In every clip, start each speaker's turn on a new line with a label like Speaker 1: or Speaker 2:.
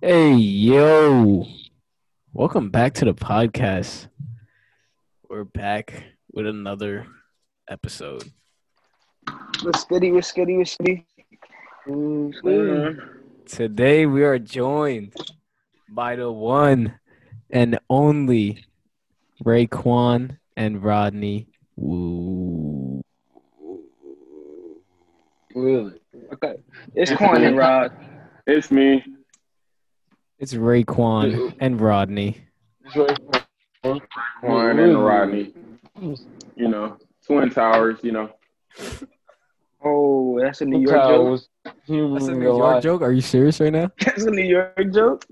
Speaker 1: Hey, yo. Welcome back to the podcast. We're back with another episode.
Speaker 2: What's goody? What's goody? What's goody? What's
Speaker 3: Mm-hmm.
Speaker 2: going
Speaker 3: Mm.
Speaker 2: on?
Speaker 1: Today, we are joined by the one and only Raekwon and Rodney Woo.
Speaker 4: Really?
Speaker 2: Okay. It's Quan and Rod.
Speaker 4: It's me.
Speaker 1: It's Raekwon and Rodney.
Speaker 4: Quan and Rodney. You know, Twin Towers, you know.
Speaker 2: Oh, that's a New York
Speaker 3: Kyle
Speaker 2: joke.
Speaker 3: was human
Speaker 2: That's a
Speaker 3: in
Speaker 2: New
Speaker 3: your
Speaker 1: Your
Speaker 3: life.
Speaker 1: joke? Are you serious right now?
Speaker 2: That's a New York joke.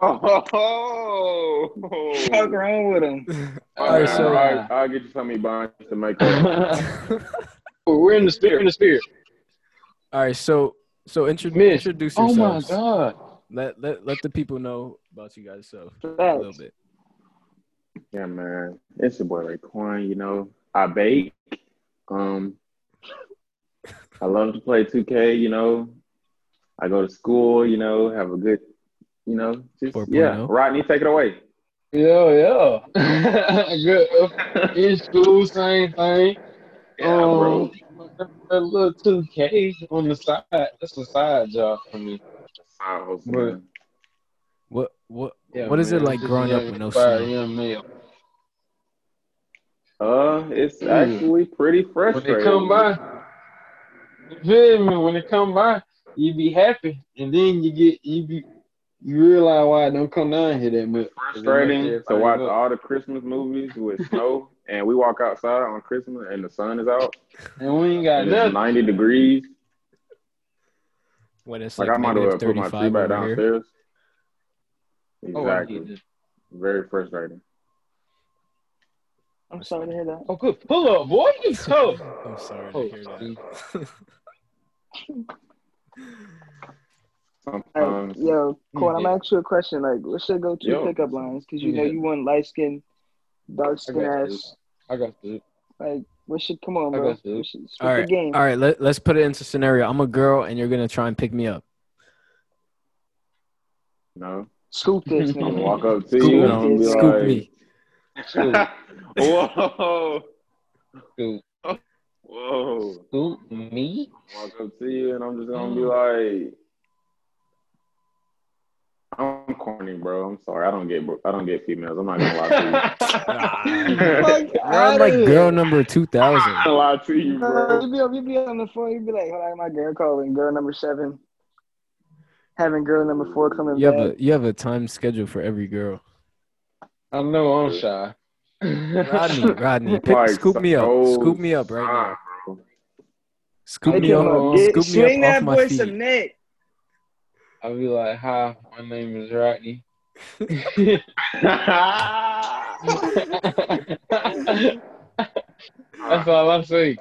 Speaker 4: Oh.
Speaker 2: What's fuck wrong with him?
Speaker 1: All right, so-
Speaker 3: uh,
Speaker 4: I'll, I'll get you something behind to make that.
Speaker 3: We're in the spirit. In the spirit.
Speaker 1: All right, so so intro-
Speaker 3: Miss.
Speaker 1: introduce
Speaker 3: Oh
Speaker 1: yourselves.
Speaker 3: my god.
Speaker 1: Let, let let the people know about you guys so a little
Speaker 2: Facts.
Speaker 1: bit.
Speaker 4: Yeah, man. It's your boy Raekwon, you know. I bake. Um I love to play 2K, you know. I go to school, you know, have a good you know, just
Speaker 1: 4.0.
Speaker 4: yeah. Rodney, take it away.
Speaker 3: Yeah, yeah. Good. In school, same thing.
Speaker 4: Yeah, bro.
Speaker 3: um, a little two K on the side. That's a side job for me.
Speaker 4: I hope so,
Speaker 3: But-
Speaker 4: man.
Speaker 1: What what
Speaker 3: Yeah,
Speaker 1: what is it
Speaker 3: man.
Speaker 1: like
Speaker 3: Just a
Speaker 1: growing up
Speaker 3: young,
Speaker 1: with no
Speaker 3: fire,
Speaker 1: snow?
Speaker 3: young male.
Speaker 4: Uh, it's
Speaker 3: Mm.
Speaker 4: actually pretty
Speaker 3: When
Speaker 4: frustrating.
Speaker 3: they come by, you feel me? When they come by, you be happy, and then you get you be you realize why I don't come down here that much.
Speaker 4: frustrating to watch
Speaker 3: Everybody
Speaker 4: all the Christmas movies with snow, and we walk outside on Christmas and the sun is out,
Speaker 3: up. and we ain't got
Speaker 4: and it's
Speaker 3: nothing.
Speaker 4: 90 degrees.
Speaker 1: When it's
Speaker 4: Like,
Speaker 1: like,
Speaker 4: I might as well
Speaker 1: negative
Speaker 4: put my
Speaker 1: thirty
Speaker 4: tree
Speaker 1: five
Speaker 4: back
Speaker 1: over here.
Speaker 4: downstairs.
Speaker 3: Oh, I
Speaker 4: Exactly.
Speaker 3: get this.
Speaker 4: Very frustrating.
Speaker 2: I'm sorry to hear that.
Speaker 3: oh, good. Pull up, boy. You tough.
Speaker 1: I'm sorry to
Speaker 3: Oh,
Speaker 1: hear that.
Speaker 3: Uh,
Speaker 2: Hey,
Speaker 4: Sometimes
Speaker 2: yo, Quan, I'm
Speaker 3: Yeah.
Speaker 2: gonna ask you a question. Like, what's your go-to
Speaker 4: Yo.
Speaker 2: pickup lines? Because you know
Speaker 3: Yeah.
Speaker 2: you want light skin, dark skin
Speaker 3: I got
Speaker 2: ass.
Speaker 3: this. I got this.
Speaker 2: Like, what should come on,
Speaker 3: I
Speaker 2: bro?
Speaker 3: got you.
Speaker 2: We should switch
Speaker 1: all
Speaker 2: the
Speaker 1: right,
Speaker 2: game.
Speaker 1: all right. Let let's put it into scenario. I'm a girl, and you're gonna try and pick me up.
Speaker 4: you know,
Speaker 2: Scoop this,
Speaker 4: I'm gonna
Speaker 2: nigga.
Speaker 4: walk up to
Speaker 1: Scoop,
Speaker 4: you
Speaker 1: you
Speaker 4: and
Speaker 2: know,
Speaker 4: I'm
Speaker 1: know,
Speaker 4: be
Speaker 1: scoop
Speaker 4: like,
Speaker 1: me.
Speaker 3: Scoop,
Speaker 4: Whoa,
Speaker 3: scoop,
Speaker 4: whoa.
Speaker 3: scoop me.
Speaker 4: Walk up to you and I'm just gonna be like, I'm corny, bro. I'm sorry. I don't get, I don't get females. I'm not gonna lie to you.
Speaker 1: Nah.
Speaker 4: I'm
Speaker 2: Fuck
Speaker 1: We're on
Speaker 2: outta
Speaker 1: like
Speaker 2: here.
Speaker 1: girl number two thousand.
Speaker 4: not gonna lie to you,
Speaker 2: No,
Speaker 4: bro.
Speaker 2: you be, on- you be on the phone. You be like, "Hold on, my girl calling. Girl number seven, having girl number four coming
Speaker 1: You have
Speaker 2: back."
Speaker 1: a you have a time schedule for every girl.
Speaker 3: I know I'm shy.
Speaker 1: Rodney, Rodney, pick,
Speaker 4: Like, oh,
Speaker 1: scoop me up,
Speaker 4: so
Speaker 1: scoop me up right
Speaker 4: Ah,
Speaker 1: now.
Speaker 4: bro.
Speaker 1: Scoop
Speaker 2: Make
Speaker 1: me
Speaker 2: him
Speaker 1: up, uh,
Speaker 3: up.
Speaker 2: a bitch.
Speaker 1: scoop
Speaker 2: Swing
Speaker 1: me up off
Speaker 2: that boy
Speaker 1: my
Speaker 2: some
Speaker 1: feet.
Speaker 2: neck.
Speaker 3: I'll be like, hi, my name is Rodney. That's all I say.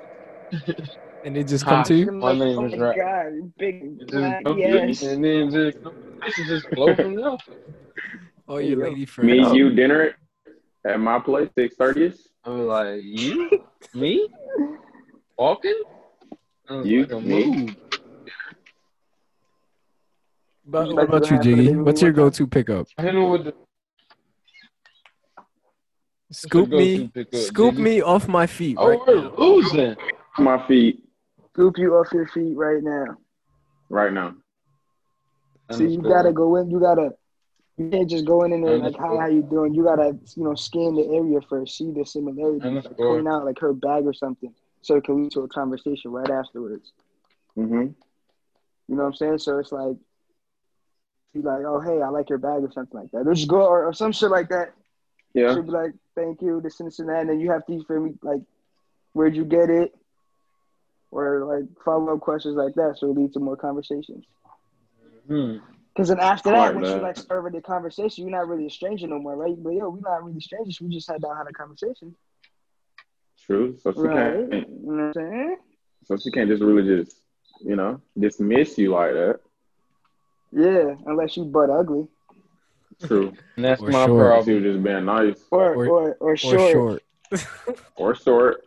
Speaker 2: Uh,
Speaker 1: And they just come
Speaker 3: Ah.
Speaker 1: to you.
Speaker 3: My name is
Speaker 2: oh
Speaker 3: Rap.
Speaker 2: God, you big
Speaker 3: Just
Speaker 2: black
Speaker 3: go
Speaker 2: yes.
Speaker 3: and then just this is just blow from there.
Speaker 1: Oh, your lady
Speaker 4: Me,
Speaker 1: friend.
Speaker 4: you, dinner at my place, six thirty.
Speaker 3: I was like, you, me, walking. I was
Speaker 4: You,
Speaker 3: like, I'm
Speaker 4: me.
Speaker 3: moved.
Speaker 1: But what about you, Jiggy? What's your go-to pickup?
Speaker 3: I don't know what the
Speaker 1: Scoop me,
Speaker 3: go-to pickup,
Speaker 1: scoop
Speaker 3: Jiggy?
Speaker 1: me off my feet
Speaker 3: oh
Speaker 1: right now.
Speaker 3: we're losing.
Speaker 4: My feet
Speaker 2: Scoop you off your feet right now.
Speaker 4: right now.
Speaker 2: So you gotta go in. You gotta. You can't just go in and there like, "Hi,
Speaker 3: Underscore.
Speaker 2: how you doing?" You gotta, you know, scan the area first, see the similarities, like,
Speaker 3: Underscore.
Speaker 2: point out like her bag or something, so it can lead to a conversation right afterwards.
Speaker 4: Mm-hmm.
Speaker 2: You know what I'm saying? So it's like, you like, oh hey, I like your bag or something like that. Or just go or, or some shit like that.
Speaker 4: Yeah.
Speaker 2: She'll be like, thank you, this and this and that. And then you have to, you feel me, like, where'd you get it? Or like follow up questions like that, so it leads to more conversations.
Speaker 3: Hmm.
Speaker 2: Because then after
Speaker 4: I
Speaker 2: that,
Speaker 4: like
Speaker 2: once you
Speaker 4: that.
Speaker 2: like start with the conversation, you're not really a stranger no more, right? But yo, we're not really strangers. We just had down had a conversation,
Speaker 4: True. So she
Speaker 2: right? You
Speaker 4: can't.
Speaker 2: know what I'm saying?
Speaker 4: So she can't just really just, you know, dismiss you like that.
Speaker 2: Yeah, unless you butt ugly
Speaker 4: True.
Speaker 3: And that's
Speaker 1: Or
Speaker 3: my
Speaker 1: short.
Speaker 4: she
Speaker 3: problem.
Speaker 4: was just being nice
Speaker 2: or
Speaker 1: Or-
Speaker 2: or or,
Speaker 1: Or
Speaker 2: short.
Speaker 1: short.
Speaker 4: or short.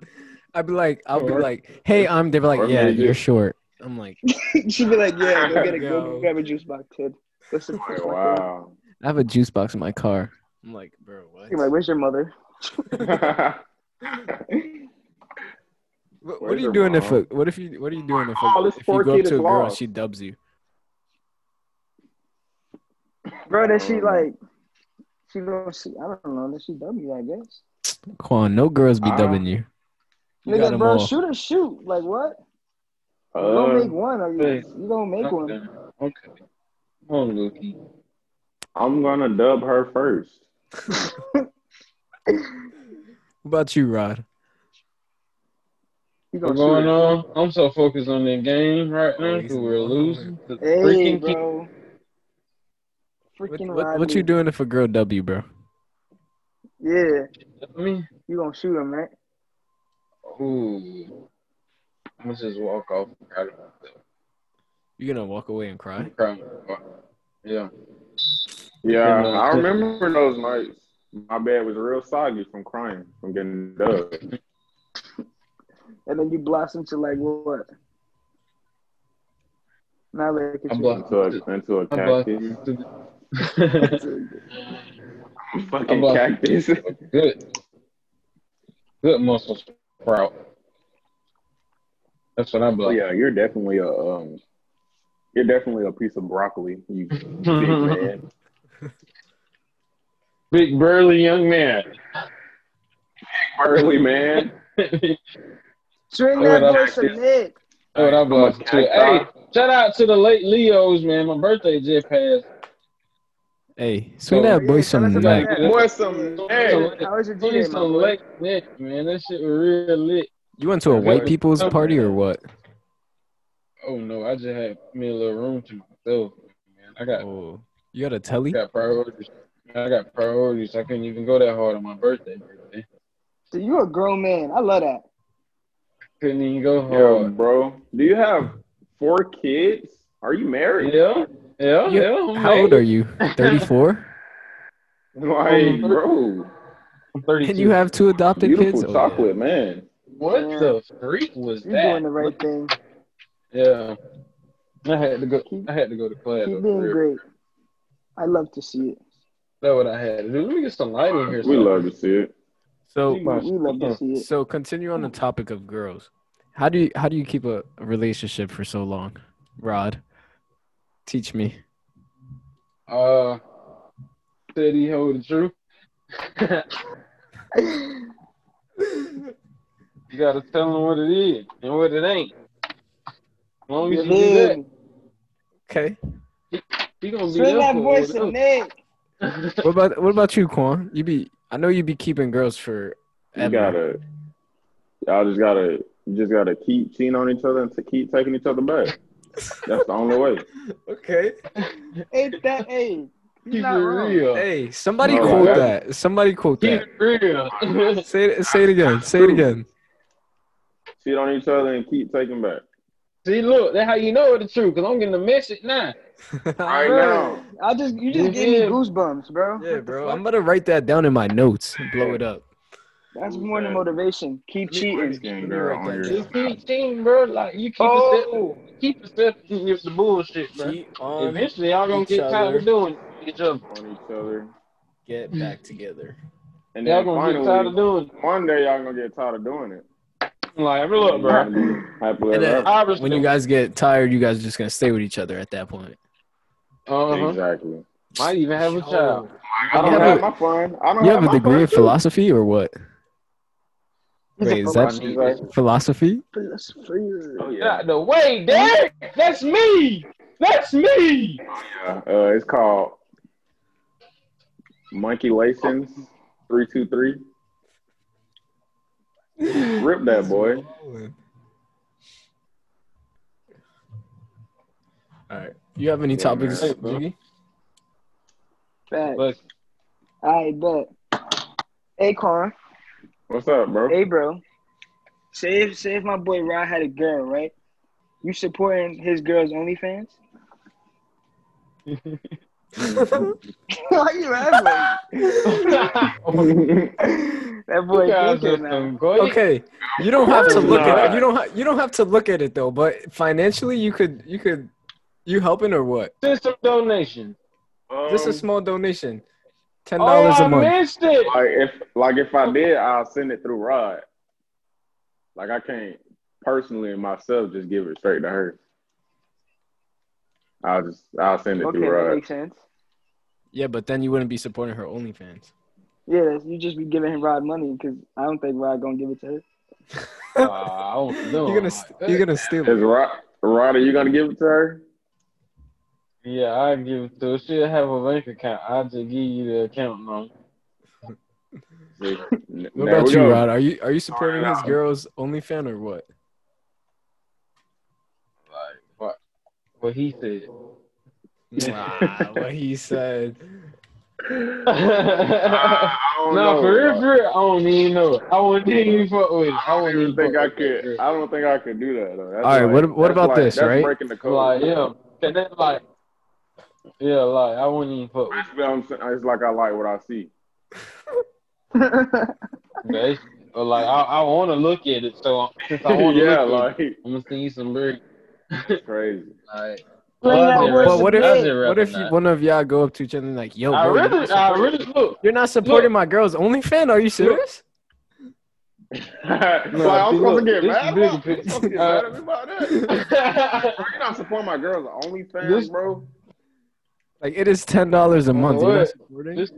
Speaker 1: I'd be like, I'll be
Speaker 3: Or-
Speaker 1: like, hey, I'm. They'd be like,
Speaker 4: or
Speaker 1: yeah,
Speaker 4: maybe-
Speaker 1: you're short. I'm like,
Speaker 2: She'd be like, "Yeah, go get a
Speaker 1: Yo.
Speaker 2: go grab a juice box, kid." Listen,
Speaker 4: Like, wow.
Speaker 1: I have a juice box in my car. I'm like, bro, what?
Speaker 2: You're like, "Where's your mother?"
Speaker 1: What, what are
Speaker 4: Where's
Speaker 1: you
Speaker 4: your
Speaker 1: doing if
Speaker 4: mom?
Speaker 1: a, what if you what are you doing if, a,
Speaker 4: Oh, this
Speaker 1: if
Speaker 4: poor
Speaker 1: you go up
Speaker 4: kid
Speaker 1: to a
Speaker 4: is
Speaker 1: girl and
Speaker 4: lost.
Speaker 1: she dubs you?
Speaker 2: Bro, that she like, she don't see. I don't know that she dumb you. I guess.
Speaker 1: Quan, no girls be
Speaker 4: Ah.
Speaker 1: dubbing you. You got
Speaker 2: Uh, Nigga,
Speaker 1: 'em
Speaker 2: bro,
Speaker 1: all.
Speaker 2: shoot or shoot. Like what? You gonna make
Speaker 4: Uh,
Speaker 2: one? Or you,
Speaker 3: hey.
Speaker 2: you gonna make one?
Speaker 3: Okay. Come on, Luki.
Speaker 4: I'm gonna dub her first.
Speaker 1: What about you, Rod?
Speaker 2: You
Speaker 3: What's
Speaker 2: gonna
Speaker 3: going
Speaker 2: shoot?
Speaker 3: on? I'm so focused on that game right now
Speaker 1: Oh, he's
Speaker 3: because we're
Speaker 1: in-
Speaker 3: losing. The
Speaker 2: Hey,
Speaker 3: freaking
Speaker 2: bro.
Speaker 1: What,
Speaker 2: Freaking
Speaker 1: what, what you
Speaker 2: Rodney.
Speaker 1: doing if a girl dub you, bro?
Speaker 2: Yeah,
Speaker 3: kick me.
Speaker 2: you gonna shoot him, right?
Speaker 3: Ooh. I'm gonna just walk off. I don't know.
Speaker 1: You gonna walk away and cry?
Speaker 3: I'm crying. Yeah.
Speaker 4: Yeah,
Speaker 3: Yeah, no,
Speaker 4: I
Speaker 3: it's
Speaker 4: remember those nights. My bed was real soggy from crying, from getting dubbed.
Speaker 2: And then you blossom to like what? Now look at
Speaker 3: I'm
Speaker 2: you.
Speaker 3: blo-
Speaker 4: Into a, into a
Speaker 3: I'm about
Speaker 4: cactus.
Speaker 3: I'm
Speaker 4: Fucking
Speaker 3: about-
Speaker 4: cactus.
Speaker 3: good. Good muscle sprout. That's what I
Speaker 4: Oh,
Speaker 3: block.
Speaker 4: yeah, you're definitely a um, you're definitely a piece of broccoli. You big man.
Speaker 3: Big burly young man.
Speaker 4: Early man.
Speaker 3: That's
Speaker 2: String
Speaker 3: Hold
Speaker 2: that
Speaker 3: up.
Speaker 2: boy some dick.
Speaker 3: what I block.
Speaker 4: I'm a
Speaker 3: too. Hey,
Speaker 4: cacti.
Speaker 3: shout out to the late Leos, man. My birthday just passed.
Speaker 1: Hey, swing
Speaker 3: Oh,
Speaker 1: that
Speaker 2: yeah,
Speaker 1: boy
Speaker 2: shout out
Speaker 1: some
Speaker 2: to
Speaker 1: neck.
Speaker 3: that.
Speaker 4: Boy, some man.
Speaker 2: How was your
Speaker 3: Please
Speaker 2: DJ, my
Speaker 3: some
Speaker 2: boy?
Speaker 3: late neck, man. That shit was real lit.
Speaker 1: You went to a white people's party or what?
Speaker 3: Oh no, I just had me a little room to myself, man. I got
Speaker 1: Oh, you got a
Speaker 3: I
Speaker 1: telly?
Speaker 3: got priorities. I got priorities. I couldn't even go that hard on my birthday. Man.
Speaker 2: So you a grown man. I love that.
Speaker 3: Couldn't even go
Speaker 4: Yo,
Speaker 3: hard.
Speaker 4: bro, do you have four kids? Are you married?
Speaker 3: Yeah, yeah,
Speaker 1: You-
Speaker 3: yeah.
Speaker 1: How old are you? 34?
Speaker 4: Like, bro,
Speaker 3: I'm 32.
Speaker 1: and you have two adopted
Speaker 4: beautiful
Speaker 1: kids? Oh, yeah.
Speaker 4: chocolate man.
Speaker 3: what the freak was
Speaker 2: You're
Speaker 3: that?
Speaker 2: doing the right thing.
Speaker 3: Yeah. I had to go.
Speaker 2: Keep-
Speaker 3: I had to go to class.
Speaker 2: Keep
Speaker 3: over
Speaker 2: being
Speaker 3: here.
Speaker 2: great. I love to see it.
Speaker 3: That's what I had to do. Let me get some light in here.
Speaker 4: We love to see it.
Speaker 1: So,
Speaker 3: Wow.
Speaker 2: We love to see it.
Speaker 1: so continue on the topic of girls. How do you how do you keep a relationship for so long, Rod? Teach me.
Speaker 3: Uh, said he hold the truth. you gotta tell him what it is and what it ain't. As long as
Speaker 2: Your
Speaker 3: you do that,
Speaker 2: man.
Speaker 1: Okay.
Speaker 3: he gonna be
Speaker 2: String that
Speaker 3: there
Speaker 2: boy
Speaker 3: for
Speaker 2: some
Speaker 3: you.
Speaker 2: dick.
Speaker 1: What about what about you, Quan? You be I know you be keeping girls for
Speaker 4: You gotta, y'all just gotta, you just gotta keep cheating on each other and to keep taking each other back. That's the only way.
Speaker 1: Okay.
Speaker 2: Ain't that hey?
Speaker 3: Keep
Speaker 2: He's
Speaker 3: it
Speaker 2: not wrong.
Speaker 3: real.
Speaker 1: Hey, somebody
Speaker 4: No,
Speaker 1: quote
Speaker 4: that's-
Speaker 1: that. Somebody quote
Speaker 3: Oh. Keep
Speaker 1: that.
Speaker 3: it real.
Speaker 1: Say it say it again. Say it again.
Speaker 4: Cheat on each other and keep taking back.
Speaker 3: See, look, that's how you know it's the truth. Cause I'm getting the message now.
Speaker 4: Right now,
Speaker 2: I just you just gave me
Speaker 3: Yeah.
Speaker 2: goosebumps, bro.
Speaker 1: Yeah, bro. I'm gonna write that down in my notes and blow it up.
Speaker 2: That's more than motivation. Keep cheating.
Speaker 4: Mexican girl on your.
Speaker 3: Just keep cheating, bro. Like you keep
Speaker 2: Oh,
Speaker 3: accepting, keep accepting it's the bullshit, bro.
Speaker 1: Cheat on,
Speaker 3: Eventually, y'all gonna
Speaker 1: each
Speaker 3: get tired
Speaker 1: other.
Speaker 3: of doing each other.
Speaker 4: on each other.
Speaker 1: get back together.
Speaker 4: And
Speaker 3: Y'all
Speaker 4: then
Speaker 3: gonna get tired of
Speaker 4: finally,
Speaker 3: doing
Speaker 4: one day y'all gonna get tired of doing it.
Speaker 3: it. Like, look, bro.
Speaker 4: Happily
Speaker 1: And
Speaker 4: ever
Speaker 1: then-
Speaker 3: I respect.
Speaker 1: When you guys get tired, you guys are just gonna stay with each other at that point.
Speaker 4: after.
Speaker 3: uh-huh.
Speaker 4: Exactly.
Speaker 3: might even have a child.
Speaker 4: I don't
Speaker 1: You have
Speaker 4: have
Speaker 1: a-
Speaker 4: my fun. I don't
Speaker 1: You have
Speaker 4: have,
Speaker 1: a
Speaker 4: my fun
Speaker 1: degree in
Speaker 4: too.
Speaker 1: philosophy or what?
Speaker 2: he's
Speaker 1: Wait,
Speaker 2: a
Speaker 1: is that-
Speaker 2: philosopher.
Speaker 4: Exactly.
Speaker 1: Philosophy?
Speaker 4: Oh
Speaker 2: philosopher.
Speaker 3: Get
Speaker 4: yeah.
Speaker 3: out the way, Derek. That's me. That's me.
Speaker 4: yeah. Uh, it's called Monkey Lations three two three. Rip that boy.
Speaker 1: All right. You have any
Speaker 4: Yeah,
Speaker 1: topics,
Speaker 3: man. Hey, bro.
Speaker 1: Jiggy?
Speaker 2: Fact.
Speaker 3: Look,
Speaker 2: I bet. Acorn,
Speaker 4: What's up, bro?
Speaker 2: hey bro. Say if say if my boy Rod had a girl, right? You supporting his girl's OnlyFans? Why you laughing?
Speaker 4: Why
Speaker 2: That boy
Speaker 3: You guys are
Speaker 2: thinking now.
Speaker 3: some great-
Speaker 1: Okay, you don't have to
Speaker 4: course
Speaker 1: look at
Speaker 4: not.
Speaker 1: you don't ha- you don't have to look at it though. But financially, you could you could you helping or what?
Speaker 3: Send some donation.
Speaker 1: Just a
Speaker 4: Um,
Speaker 1: small donation, ten
Speaker 3: Oh,
Speaker 1: dollars
Speaker 3: I
Speaker 1: a month.
Speaker 3: missed it.
Speaker 4: Like if like if I did, I'll send it through Rod. Like I can't personally myself just give it straight to her. I'll just I'll send it
Speaker 2: Okay,
Speaker 4: through
Speaker 2: that
Speaker 4: Rod.
Speaker 2: makes sense.
Speaker 1: Yeah, but then you wouldn't be supporting her OnlyFans.
Speaker 2: Yeah, that's- you just be giving him Rod money because I don't think Rod gonna give it to her.
Speaker 3: Uh, I don't know.
Speaker 1: You're gonna st- you're gonna steal
Speaker 4: Is
Speaker 1: it.
Speaker 4: Rod Rod, are you gonna give it to her?
Speaker 3: Yeah, I give it to her. She'll have a bank account. I'll just give you the account number.
Speaker 4: What
Speaker 1: What about you, Rod? Are you are you supporting his girl's OnlyFans or what?
Speaker 3: Like what? What he said.
Speaker 1: Nah, what he said.
Speaker 3: no,
Speaker 4: don't know,
Speaker 3: for real,
Speaker 4: Rod.
Speaker 3: for real, I don't even know. it. I wouldn't even fuck with it. I
Speaker 4: I don't
Speaker 3: wouldn't
Speaker 4: even think
Speaker 3: fuck
Speaker 4: I
Speaker 3: with that
Speaker 4: could.
Speaker 3: girl.
Speaker 4: I don't think I could do that. Though. That's
Speaker 1: All right,
Speaker 4: like-
Speaker 1: what- what
Speaker 4: that's
Speaker 1: about
Speaker 4: like-
Speaker 1: this,
Speaker 4: That's
Speaker 1: right?
Speaker 4: breaking the code.
Speaker 3: Like, yeah. And then, like, yeah, like, I wouldn't even fuck with
Speaker 4: Basically, I'm saying- it's like I like what I see.
Speaker 3: it. That's- But, like, I, I want to look at it, so since I want to
Speaker 4: yeah,
Speaker 3: look at it,
Speaker 4: like
Speaker 3: I'm going to send you some lyrics.
Speaker 4: it's crazy.
Speaker 3: Like,
Speaker 2: Play
Speaker 3: I'd
Speaker 2: out
Speaker 3: rather-
Speaker 2: words
Speaker 1: But what if
Speaker 2: of it.
Speaker 3: I'd rather
Speaker 1: what if you,
Speaker 3: not.
Speaker 1: one of y'all go up to each other and like, yo,
Speaker 3: I
Speaker 1: Oh, bro, you're,
Speaker 3: really,
Speaker 1: not
Speaker 3: I
Speaker 1: supporting-
Speaker 3: really look.
Speaker 1: you're not supporting my girl's OnlyFans? Are you serious?
Speaker 4: like,
Speaker 3: No,
Speaker 4: I'm
Speaker 3: see,
Speaker 4: supposed to
Speaker 3: look,
Speaker 4: get
Speaker 3: this
Speaker 4: mad
Speaker 3: big
Speaker 4: about
Speaker 3: pic-
Speaker 4: I'm supposed to get
Speaker 3: uh,
Speaker 4: mad at me about that. Bro, you're not supporting my girls on OnlyFans,
Speaker 3: This-
Speaker 4: bro.
Speaker 1: Like it is ten dollars a month. You're not
Speaker 3: What?
Speaker 1: supporting?
Speaker 3: This,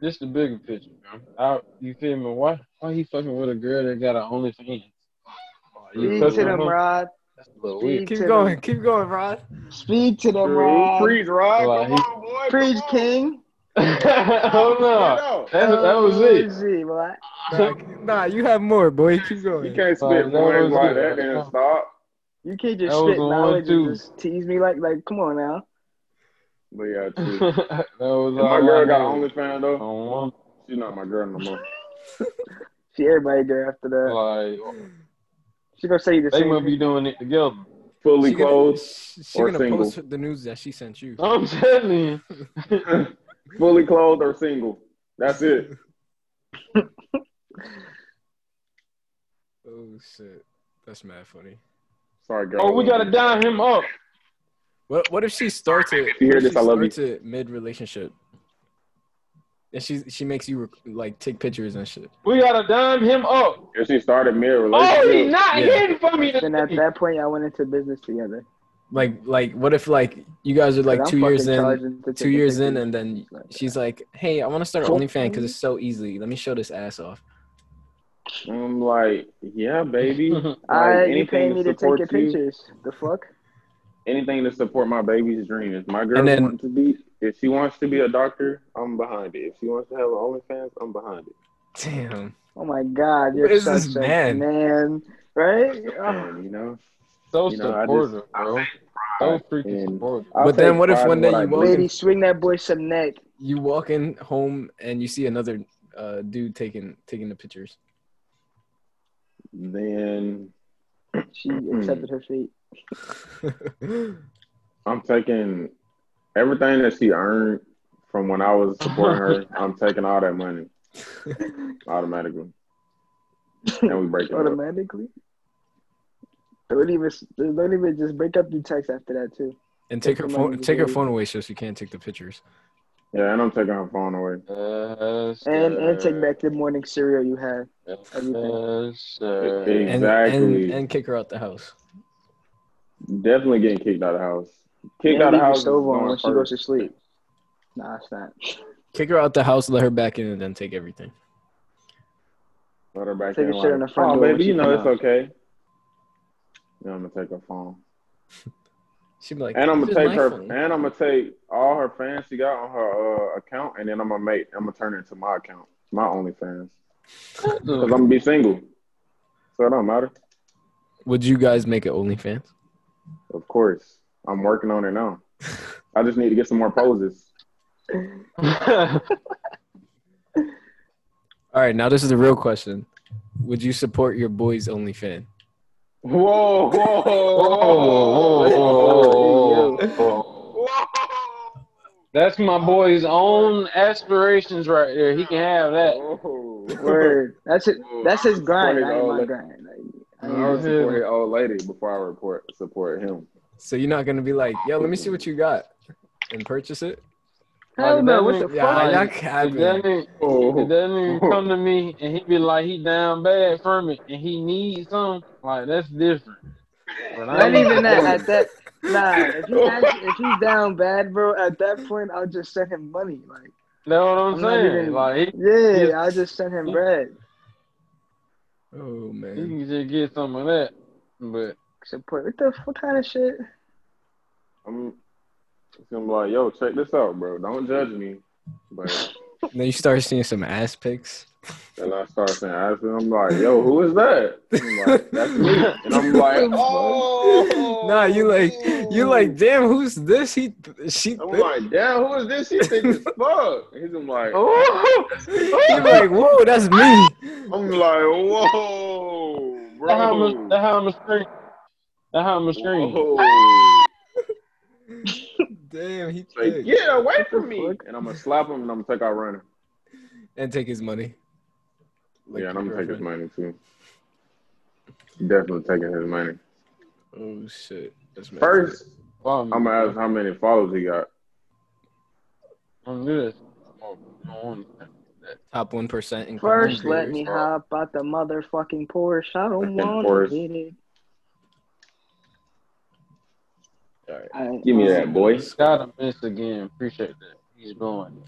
Speaker 3: this the bigger picture, man. I, you feel me? Why, why he fucking with a girl that got an OnlyFans? Oh, you
Speaker 2: Speak
Speaker 3: fucking
Speaker 2: to them,
Speaker 3: with her?
Speaker 2: Rod.
Speaker 3: That's a little weird.
Speaker 1: Keep going, keep going, Rod.
Speaker 2: Speak to them,
Speaker 4: Bro,
Speaker 2: Rod.
Speaker 4: Preach, Rod.
Speaker 3: Like,
Speaker 4: Come
Speaker 3: he-
Speaker 4: on, boy.
Speaker 2: Preach,
Speaker 4: Come on.
Speaker 2: King.
Speaker 3: oh no,
Speaker 4: Get
Speaker 3: that, that was it.
Speaker 2: Easy, boy.
Speaker 1: Nah, nah, you have more, boy. Keep
Speaker 4: out. You
Speaker 1: going.
Speaker 4: can't
Speaker 3: Like, that
Speaker 4: spit
Speaker 3: was
Speaker 4: words like
Speaker 3: it.
Speaker 4: that and stop.
Speaker 2: You can't just
Speaker 3: That was
Speaker 2: spit
Speaker 3: the one,
Speaker 2: knowledge and
Speaker 3: too.
Speaker 2: just tease me like, like, come on now.
Speaker 4: But yeah, true. If
Speaker 3: that was all
Speaker 4: my
Speaker 3: I
Speaker 4: girl got
Speaker 3: needed.
Speaker 4: OnlyFans though.
Speaker 3: On
Speaker 4: She's not my girl no more.
Speaker 2: See everybody there after
Speaker 3: one,
Speaker 2: that.
Speaker 3: like
Speaker 2: She gonna say you the
Speaker 3: they
Speaker 2: same.
Speaker 3: must be
Speaker 2: thing.
Speaker 3: doing it together.
Speaker 4: Fully
Speaker 1: She gonna,
Speaker 4: clothed.
Speaker 1: sh- she
Speaker 4: or
Speaker 1: gonna
Speaker 4: single?
Speaker 1: post the news that she sent you.
Speaker 3: I'm telling you,
Speaker 4: Fully clothed or single. That's it.
Speaker 1: Oh shit, that's mad funny.
Speaker 4: Sorry, girl.
Speaker 3: oh, we gotta down him up.
Speaker 1: What What if she starts it?
Speaker 4: If you hear
Speaker 1: what if
Speaker 4: this,
Speaker 1: she
Speaker 4: I love you.
Speaker 1: starts it mid relationship, and she she makes you rec- like take pictures and shit.
Speaker 3: We gotta dime him up.
Speaker 4: If she started mid relationship,
Speaker 3: Oh, he not
Speaker 1: Yeah.
Speaker 3: hitting for me.
Speaker 2: Then at that point, y'all went into business together.
Speaker 1: Like like what if like you guys are like
Speaker 2: But I'm
Speaker 1: two years
Speaker 2: fucking
Speaker 1: in,
Speaker 2: charging to
Speaker 1: two
Speaker 2: take a
Speaker 1: years in,
Speaker 2: picture.
Speaker 1: and then
Speaker 2: Like that.
Speaker 1: she's like, hey, I want to start
Speaker 2: Cool.
Speaker 1: OnlyFans because it's so easy. Let me show this ass off.
Speaker 4: I'm like, yeah, baby. Like,
Speaker 2: Alright, Uh, you pay
Speaker 4: anything
Speaker 2: me to take
Speaker 4: support
Speaker 2: your
Speaker 4: you,
Speaker 2: pictures. The fuck?
Speaker 4: Anything to support my baby's dream. If my girl
Speaker 1: And then-
Speaker 4: wants to be, if she wants to be a doctor, I'm behind it. If she wants to have an OnlyFans, I'm behind it.
Speaker 1: Damn.
Speaker 2: Oh my god, you're
Speaker 1: What is
Speaker 2: such
Speaker 1: this
Speaker 2: a
Speaker 1: man?
Speaker 2: man, right?
Speaker 3: Ah.
Speaker 2: Oh,
Speaker 4: And, you know,
Speaker 3: So
Speaker 4: You know, I
Speaker 3: supportive,
Speaker 4: just- I
Speaker 3: bro.
Speaker 4: think
Speaker 3: so freaking
Speaker 4: and-
Speaker 3: supportive.
Speaker 4: I'll
Speaker 1: But then
Speaker 4: take
Speaker 1: what if
Speaker 4: pride in
Speaker 1: one day
Speaker 4: I
Speaker 1: you
Speaker 4: do.
Speaker 1: won't-
Speaker 2: lady, swing that boy some neck.
Speaker 1: You walk in home and you see another uh, dude taking taking the pictures.
Speaker 4: Then
Speaker 2: She accepted her fate.
Speaker 4: I'm taking everything that she earned from when I was supporting her. I'm taking all that money automatically, and we break it up.
Speaker 2: automatically. Don't even don't even just break up the text after that too.
Speaker 1: and take her
Speaker 2: That's
Speaker 1: phone
Speaker 2: amazing.
Speaker 1: take her phone away so she can't take the pictures.
Speaker 4: Yeah, and I'm taking her phone away.
Speaker 3: Yes,
Speaker 2: And and
Speaker 3: sir.
Speaker 2: take back the morning cereal you had.
Speaker 3: Yes, sir.
Speaker 4: Hey.
Speaker 1: And, and
Speaker 4: Exactly.
Speaker 1: and kick her out the house.
Speaker 4: Definitely getting kicked out of the house. Kicked
Speaker 2: And
Speaker 4: out
Speaker 2: leave
Speaker 4: of the
Speaker 2: your
Speaker 4: house. is
Speaker 2: stove on
Speaker 4: going
Speaker 2: when she
Speaker 4: first.
Speaker 2: goes to sleep. Nah, it's not.
Speaker 1: Kick her out the house, let her back in, and then take everything.
Speaker 4: Let her back
Speaker 2: Take
Speaker 4: in.
Speaker 2: a shit
Speaker 4: like,
Speaker 2: in the front
Speaker 4: oh,
Speaker 2: door when
Speaker 4: baby,
Speaker 2: she
Speaker 4: you know
Speaker 2: come
Speaker 4: it's
Speaker 2: out."
Speaker 4: okay. And I'm gonna take her phone,
Speaker 1: She'd be like,
Speaker 4: and I'm
Speaker 1: "This
Speaker 4: gonna
Speaker 1: is
Speaker 4: take
Speaker 1: my
Speaker 4: her,
Speaker 1: phone."
Speaker 4: and I'm gonna take all her fans she got on her uh, account, and then I'm gonna make, I'm gonna turn it into my account, my OnlyFans, because I'm gonna be single, so it don't matter.
Speaker 1: Would you guys make an OnlyFans?
Speaker 4: Of course, I'm working on it now. I just need to get some more poses.
Speaker 1: All right, now this is the real question. Would you support your boy's OnlyFans?
Speaker 4: Whoa,
Speaker 1: Oh,
Speaker 4: whoa, whoa,
Speaker 3: whoa, whoa, whoa, whoa, whoa.
Speaker 4: whoa.
Speaker 3: That's my boy's own aspirations right there. He can have that.
Speaker 4: Oh,
Speaker 2: Word. That's it. That's his grind. I ain't my
Speaker 4: Supported
Speaker 2: grind. Like,
Speaker 4: I
Speaker 2: I ain't-
Speaker 4: would support his old lady before I report support him.
Speaker 1: So you're not gonna be like, yo, let me see what you got and purchase it.
Speaker 2: hell no. What the
Speaker 3: Yeah,
Speaker 2: fuck?
Speaker 1: y'all
Speaker 3: If
Speaker 1: capping.
Speaker 3: that nigga,
Speaker 4: Oh,
Speaker 3: if that nigga come to me and he be like he down bad from it and he needs some, like that's different. But I
Speaker 2: Not
Speaker 3: ain't-
Speaker 2: even that. At that, nah. If he ask, if he's down bad, bro, at that point, I'll just send him money. Like,
Speaker 3: That's what I'm
Speaker 2: I'm not
Speaker 3: saying.
Speaker 2: even-
Speaker 3: like he,
Speaker 2: yeah, I'll just send him bread.
Speaker 1: Oh
Speaker 3: he
Speaker 1: man.
Speaker 3: can just get some of that. But
Speaker 2: Support. What the what kind of shit?
Speaker 4: I'm, it's gonna be like, yo, check this out, bro. Don't judge me. But
Speaker 1: Then you start seeing some ass pics.
Speaker 4: then I start saying, I was- I'm like, yo, who is that? I'm like, that's me. And I'm like, oh.
Speaker 1: Nah, you like you like, damn, who's this? He she
Speaker 4: I'm
Speaker 1: thick?"
Speaker 4: like, damn, who is this? She thick as fuck. He's I'm like,
Speaker 3: oh,
Speaker 1: You be like, whoa, that's me.
Speaker 4: I'm like, whoa,
Speaker 3: that how I'm
Speaker 4: bro.
Speaker 3: a- that how I'm a screen. That how I'm a screen.
Speaker 4: Whoa.
Speaker 1: Damn, he
Speaker 4: Like,
Speaker 1: thick.
Speaker 4: get away from
Speaker 2: What
Speaker 4: me.
Speaker 2: the fuck?
Speaker 4: And I'm gonna slap him and I'm gonna take out running.
Speaker 1: And take his money. Like
Speaker 4: yeah,
Speaker 1: your
Speaker 4: and I'm gonna take his
Speaker 1: girlfriend.
Speaker 4: money too. Definitely taking his money.
Speaker 1: Oh shit. That's messed up.
Speaker 4: First,
Speaker 3: Wow,
Speaker 4: I'm gonna ask how many followers he got.
Speaker 3: I'm good. Oh, I don't want it.
Speaker 1: top one percent in
Speaker 2: First,
Speaker 1: content
Speaker 2: let me
Speaker 1: creators.
Speaker 2: hop out the motherfucking Porsche. I don't
Speaker 4: Fucking
Speaker 2: want
Speaker 4: Porsche.
Speaker 2: to get it.
Speaker 1: Alright.
Speaker 2: I,
Speaker 4: Give me that, boy.
Speaker 3: Got him missed again. Appreciate that. He's going.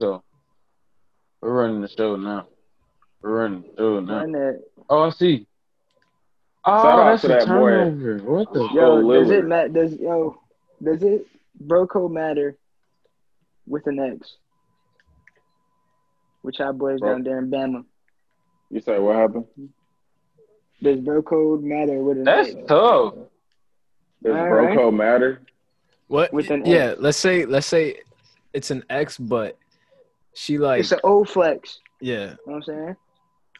Speaker 3: So we're running the show now. We're running the show now.
Speaker 2: Run it.
Speaker 3: Oh, I see. Oh,
Speaker 4: Shout out
Speaker 3: that's
Speaker 4: to
Speaker 3: a
Speaker 4: that boy.
Speaker 3: turnover. What the?
Speaker 4: Yo,
Speaker 2: Yo, does it
Speaker 4: Lillard.
Speaker 2: matter? Does yo, does it broco matter with an X? Which our boys
Speaker 4: Bro-
Speaker 2: down there in Bama.
Speaker 4: You say what happened?
Speaker 2: Does bro code matter with an
Speaker 3: That's
Speaker 2: X?
Speaker 3: tough.
Speaker 4: Does
Speaker 2: All
Speaker 4: bro
Speaker 2: right.
Speaker 4: code matter?
Speaker 1: What?
Speaker 2: With an
Speaker 1: yeah, let's say let's say it's an ex, but she like
Speaker 2: It's an old flex.
Speaker 1: yeah,
Speaker 2: You know what I'm saying?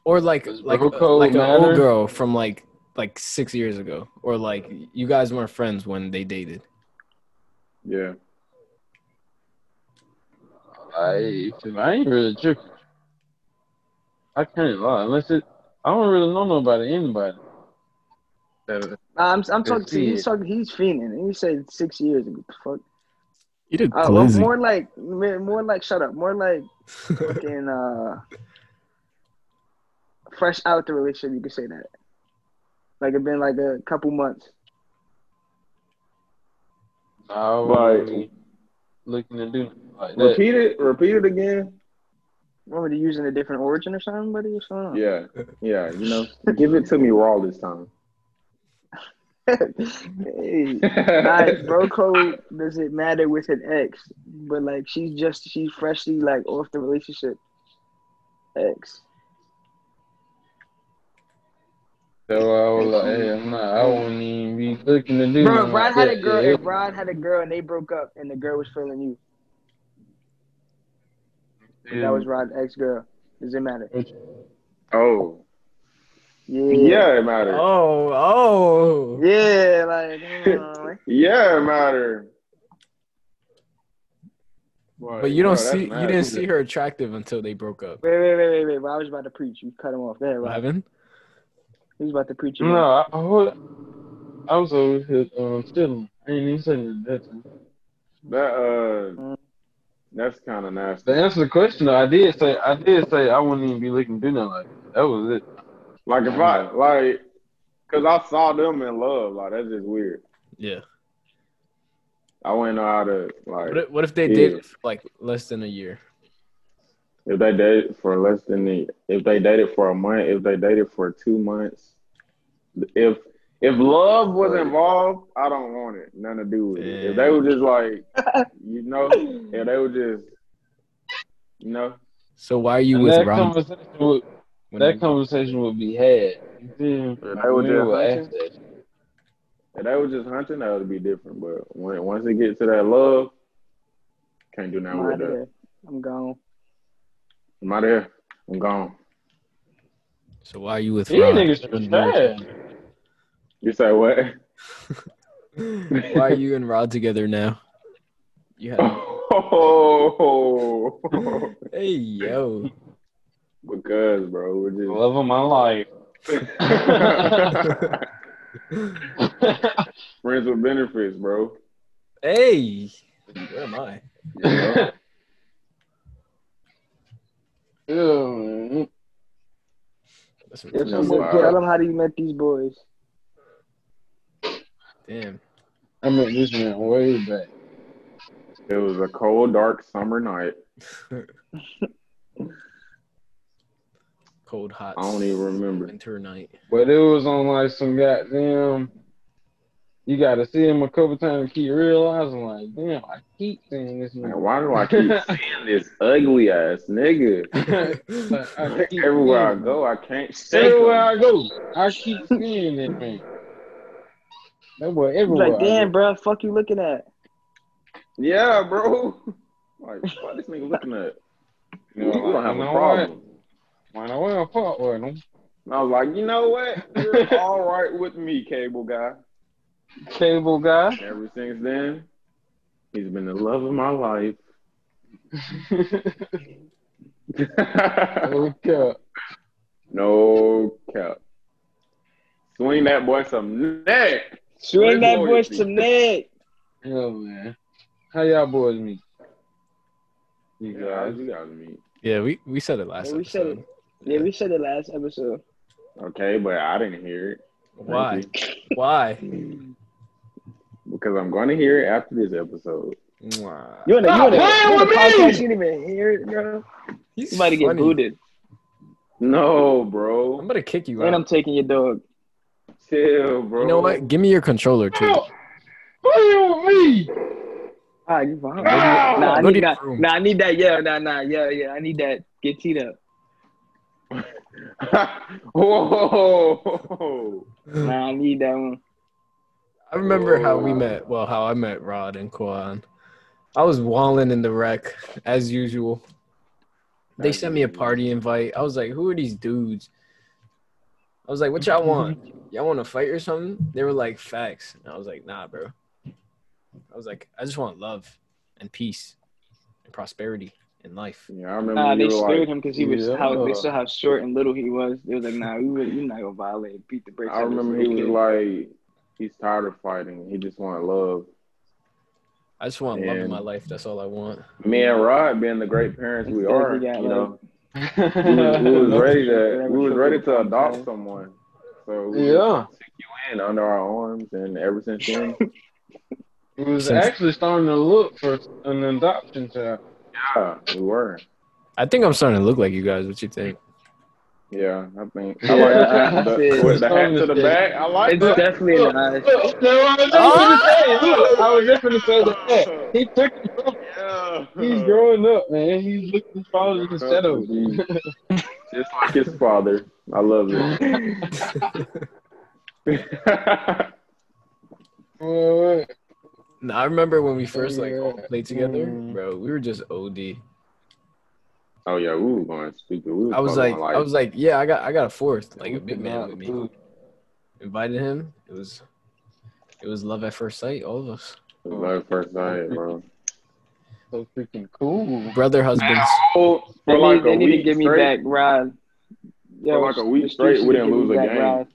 Speaker 1: or like
Speaker 3: Does
Speaker 1: like
Speaker 3: bro
Speaker 1: a-
Speaker 3: code
Speaker 1: like an
Speaker 3: matter?
Speaker 1: old girl from like like six years ago, or like you guys weren't friends when they dated.
Speaker 4: Yeah.
Speaker 3: I, I ain't really tripping. I can't lie. Unless it, I don't really know nobody, anybody. That-
Speaker 2: Nah, I'm, I'm talking
Speaker 3: Let's
Speaker 2: to you. He's
Speaker 3: see.
Speaker 2: talking. He's fiending. He said six years ago. The Fuck.
Speaker 1: You did
Speaker 2: Uh, well, more like, more like. Shut up. More like fucking uh, fresh out the relationship. You could say that. Like it been like a couple months.
Speaker 3: I
Speaker 4: Like-
Speaker 3: was looking to do like that.
Speaker 4: Repeat it. Repeat it again.
Speaker 2: What were they using a different origin or something, buddy? What's going on?
Speaker 4: Yeah. Yeah. You know, give it to me raw this time.
Speaker 2: hey, alright, bro code does it matter with an ex? But like she's just she's freshly like off the relationship. Ex.
Speaker 3: So I was like, hey, I'm not, I won't even be looking to do.
Speaker 2: Bro, if
Speaker 3: nothing like
Speaker 2: Rod had
Speaker 3: that.
Speaker 2: a girl,
Speaker 3: Yeah,
Speaker 2: if Rod had a girl and they broke up and the girl was feeling you,
Speaker 3: yeah.
Speaker 2: that was Rod's ex girl. Does it matter?
Speaker 4: Oh.
Speaker 2: Yeah.
Speaker 4: Yeah, it matters.
Speaker 1: oh, oh.
Speaker 2: Yeah, like mm,
Speaker 4: Yeah, it matters.
Speaker 1: But you don't see you didn't see her attractive until they broke up.
Speaker 2: wait, wait, wait, wait, wait. Rod was about to preach. You cut him off. Go ahead,
Speaker 1: What
Speaker 2: Rod.
Speaker 1: happened?
Speaker 2: He was about to preach you.
Speaker 3: No, I, I was, I was over here um, stealing. I ain't even saying that.
Speaker 4: That uh, that's kind of nasty.
Speaker 3: To answer the question, though, I did say, I did say I wouldn't even be looking to do nothing like that. That was it.
Speaker 4: Like if I like, cause I saw them in love. Like that's just weird.
Speaker 1: Yeah.
Speaker 4: I wouldn't know how to
Speaker 1: What
Speaker 4: like
Speaker 1: if, what if they
Speaker 4: Yeah.
Speaker 1: dated for like less than a year?
Speaker 4: if they dated for less than the if they dated for a month, if they dated for two months, if if love was involved, I don't want it. Nothing to do with it. If they were just like, you know, if they were just, you know,
Speaker 1: So why are you
Speaker 3: And
Speaker 1: with
Speaker 3: that
Speaker 1: Ron?
Speaker 3: conversation would,
Speaker 1: when
Speaker 3: that
Speaker 1: you-
Speaker 3: conversation would be had. You feel me?
Speaker 4: Yeah, that would
Speaker 3: We
Speaker 4: just-
Speaker 3: would ask that.
Speaker 4: if they were just hunting, that would be different. But when, once it gets to that love, can't do
Speaker 2: I'm
Speaker 4: nothing
Speaker 2: out
Speaker 4: with
Speaker 2: of
Speaker 4: that.
Speaker 2: here. I'm gone.
Speaker 4: I'm out of here. I'm gone.
Speaker 1: so why are you with
Speaker 3: These
Speaker 1: Ron?
Speaker 3: niggas
Speaker 1: when
Speaker 3: are
Speaker 1: you broke up?
Speaker 3: trash.
Speaker 4: You say what?
Speaker 1: Why are you and Rod together now? You had
Speaker 4: Oh,
Speaker 1: Hey yo.
Speaker 4: because, bro, we're just.
Speaker 3: Love of my life.
Speaker 4: Friends with benefits, bro.
Speaker 1: Hey. Where am I?
Speaker 4: You know?
Speaker 3: Yeah,
Speaker 1: That's
Speaker 2: If
Speaker 4: No,
Speaker 2: you would
Speaker 4: wow.
Speaker 2: tell them how you met these boys.
Speaker 1: damn.
Speaker 3: I mean, this man way back.
Speaker 4: It was a cold, dark summer night.
Speaker 1: Cold hot.
Speaker 4: I don't even remember.
Speaker 1: winter night.
Speaker 3: But it was on like some goddamn. You got to see him a couple times to keep realizing, like, damn, I keep seeing this
Speaker 4: Man,
Speaker 3: man.
Speaker 4: why do I keep seeing this ugly ass nigga?
Speaker 3: Like, I keep
Speaker 4: Everywhere I
Speaker 3: seeing
Speaker 4: go, I can't
Speaker 3: him.
Speaker 4: shake
Speaker 3: Everywhere
Speaker 4: him.
Speaker 3: I go, I keep seeing this man. That boy
Speaker 2: He's
Speaker 3: everywhere.
Speaker 2: like, damn, bro, fuck you looking at?
Speaker 4: Yeah, bro. Like, why this nigga looking at? You, know, you don't have
Speaker 3: You
Speaker 4: a
Speaker 3: know
Speaker 4: problem.
Speaker 3: Man, I went apart with him.
Speaker 4: And I was like, you know what? You're all right with me, cable guy.
Speaker 3: Cable guy.
Speaker 4: Ever since then, he's been the love of my life.
Speaker 3: Look up.
Speaker 4: no cap. Swing that boy some neck.
Speaker 2: Swing that
Speaker 4: Where's
Speaker 2: bush
Speaker 4: loyalty?
Speaker 2: some neck.
Speaker 3: Yeah, man. How y'all boys meet? You
Speaker 4: Yeah,
Speaker 3: guys.
Speaker 4: you gotta meet.
Speaker 1: Yeah, we, we said it last
Speaker 2: Yeah, we said
Speaker 1: episode.
Speaker 2: Yeah, we said it last episode.
Speaker 4: Okay, but I didn't hear it. Thank
Speaker 1: Why?
Speaker 4: you.
Speaker 1: Why?
Speaker 4: Because I'm gonna hear it after this episode.
Speaker 1: Mwah.
Speaker 2: You in the, you
Speaker 3: Stop
Speaker 2: in the,
Speaker 3: playing
Speaker 2: you in the
Speaker 3: with
Speaker 2: podcast,
Speaker 3: me!
Speaker 2: you didn't even hear it, bro.
Speaker 1: He's
Speaker 2: You might get
Speaker 1: funny.
Speaker 2: booted.
Speaker 4: No, bro.
Speaker 1: I'm gonna kick you
Speaker 2: And
Speaker 1: out.
Speaker 2: I'm taking your dog.
Speaker 4: Chill, bro.
Speaker 1: You know what? Give me your controller too.
Speaker 3: Oh, Who you with me?
Speaker 2: Ah, you fine.
Speaker 3: Ah!
Speaker 2: Nah, I
Speaker 1: Go to
Speaker 2: need
Speaker 1: your
Speaker 2: that.
Speaker 1: room.
Speaker 2: Nah, I need that. Yeah, nah, nah, yeah, yeah. I need that. Get teed up.
Speaker 4: Whoa.
Speaker 2: Nah, I need that one.
Speaker 1: I remember how we met. Well, how I met Rod and Kwan. I was walling in the wreck as usual. They
Speaker 4: As
Speaker 1: sent me a
Speaker 4: usual.
Speaker 1: party invite. I was like, "Who are these dudes?" I was like, "What y'all want? Y'all want to fight or something?" They were like, "Facts." And I was like, "Nah, bro." I was like, "I just want love and peace and prosperity in life."
Speaker 4: Yeah, I remember
Speaker 2: Nah,
Speaker 4: you
Speaker 2: they
Speaker 4: were
Speaker 2: spared
Speaker 4: like,
Speaker 2: him because he was
Speaker 3: Yeah.
Speaker 2: how they saw how short and little he was. They was like, nah, we really, you're not gonna violate, beat the brakes.
Speaker 4: I
Speaker 2: off this
Speaker 4: remember he
Speaker 2: little
Speaker 4: was
Speaker 2: kid.
Speaker 4: like, he's tired of fighting. He just want love.
Speaker 1: I just want love in
Speaker 4: And-
Speaker 1: my life. That's all I want.
Speaker 4: Me and Rod being the great parents we
Speaker 2: Instead,
Speaker 4: are,
Speaker 2: he got,
Speaker 4: you know, we was, we was
Speaker 3: yeah.
Speaker 4: ready to we was
Speaker 2: Forever
Speaker 4: ready to
Speaker 2: children.
Speaker 4: adopt someone. So we went under our arms, and ever since then,
Speaker 3: It was
Speaker 1: Since-
Speaker 3: actually starting to look for an adoption child.
Speaker 4: yeah, we were.
Speaker 1: I think I'm starting to look like you guys. What you think?
Speaker 4: Yeah, I think
Speaker 3: Yeah,
Speaker 4: I like the hat,
Speaker 2: that's
Speaker 4: the,
Speaker 2: it.
Speaker 4: with the hat to the back. I like
Speaker 2: It's
Speaker 4: that.
Speaker 2: definitely an eye.
Speaker 3: Look, no, I was just gonna say, look, I was just gonna
Speaker 1: Oh!
Speaker 3: say that. He took
Speaker 4: Yeah.
Speaker 1: Uh-huh.
Speaker 3: he's growing up, man. He's looking for the shadow.
Speaker 4: Just like his father. I love it.
Speaker 3: Well,
Speaker 1: No, I remember when we first like all
Speaker 3: Yeah.
Speaker 1: played together,
Speaker 3: Mhm.
Speaker 1: bro. We were just OD.
Speaker 4: Oh yeah, we were going stupid. We were
Speaker 1: I was
Speaker 4: talking
Speaker 1: like, I was like, yeah, I got, I got a fourth, like a big man with me.
Speaker 3: dude,
Speaker 1: Invited him. It was, it was love at first sight. All of us,
Speaker 4: love at first sight, bro.
Speaker 3: So freaking cool.
Speaker 1: brother, husbands.
Speaker 4: Oh,
Speaker 2: They
Speaker 4: for
Speaker 2: need,
Speaker 4: like
Speaker 2: they
Speaker 4: a
Speaker 2: need to
Speaker 4: week
Speaker 2: give me
Speaker 4: straight.
Speaker 2: back Rod. Yo,
Speaker 4: like a week
Speaker 2: the
Speaker 4: straight,
Speaker 2: streets
Speaker 4: we
Speaker 2: need to give me
Speaker 4: didn't lose a
Speaker 2: back
Speaker 4: game.
Speaker 2: Rod.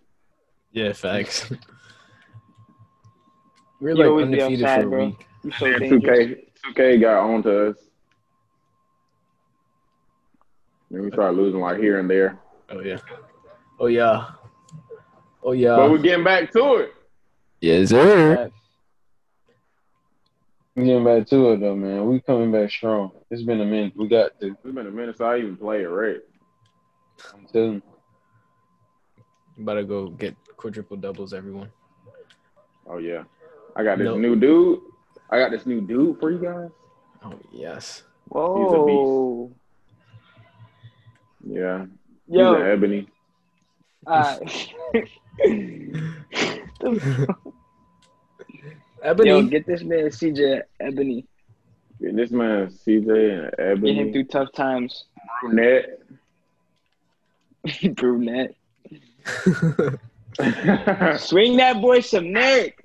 Speaker 1: Yeah, facts. we were
Speaker 2: You
Speaker 1: like
Speaker 2: always be
Speaker 1: undefeated
Speaker 2: outside,
Speaker 1: for a
Speaker 2: bro.
Speaker 1: week.
Speaker 2: You so
Speaker 4: And
Speaker 2: dangerous.
Speaker 4: 2K, 2K got on to us. Then we started losing like here and there,
Speaker 1: Oh yeah. Oh yeah. Oh yeah.
Speaker 4: but we're getting back to it.
Speaker 1: yes, sir.
Speaker 3: We getting back to it though, man. We coming back strong. It's been a minute. We got to.
Speaker 4: It's been a minute since I even played it, right?
Speaker 3: I'm telling you.
Speaker 1: Better go get quadruple doubles, everyone.
Speaker 4: Oh yeah, I got this
Speaker 1: Nope.
Speaker 4: new dude. I got this new dude for you guys.
Speaker 1: Oh yes.
Speaker 2: Whoa.
Speaker 4: Yeah,
Speaker 2: Yo,
Speaker 4: he's an ebony.
Speaker 2: alright.
Speaker 1: Ebony.
Speaker 2: Yo, get this man CJ Ebony.
Speaker 4: Yeah, This man CJ and
Speaker 2: Get him
Speaker 4: ebony
Speaker 2: through tough times.
Speaker 4: brunette.
Speaker 2: Brunette.
Speaker 4: Swing
Speaker 2: Swing that boy some neck.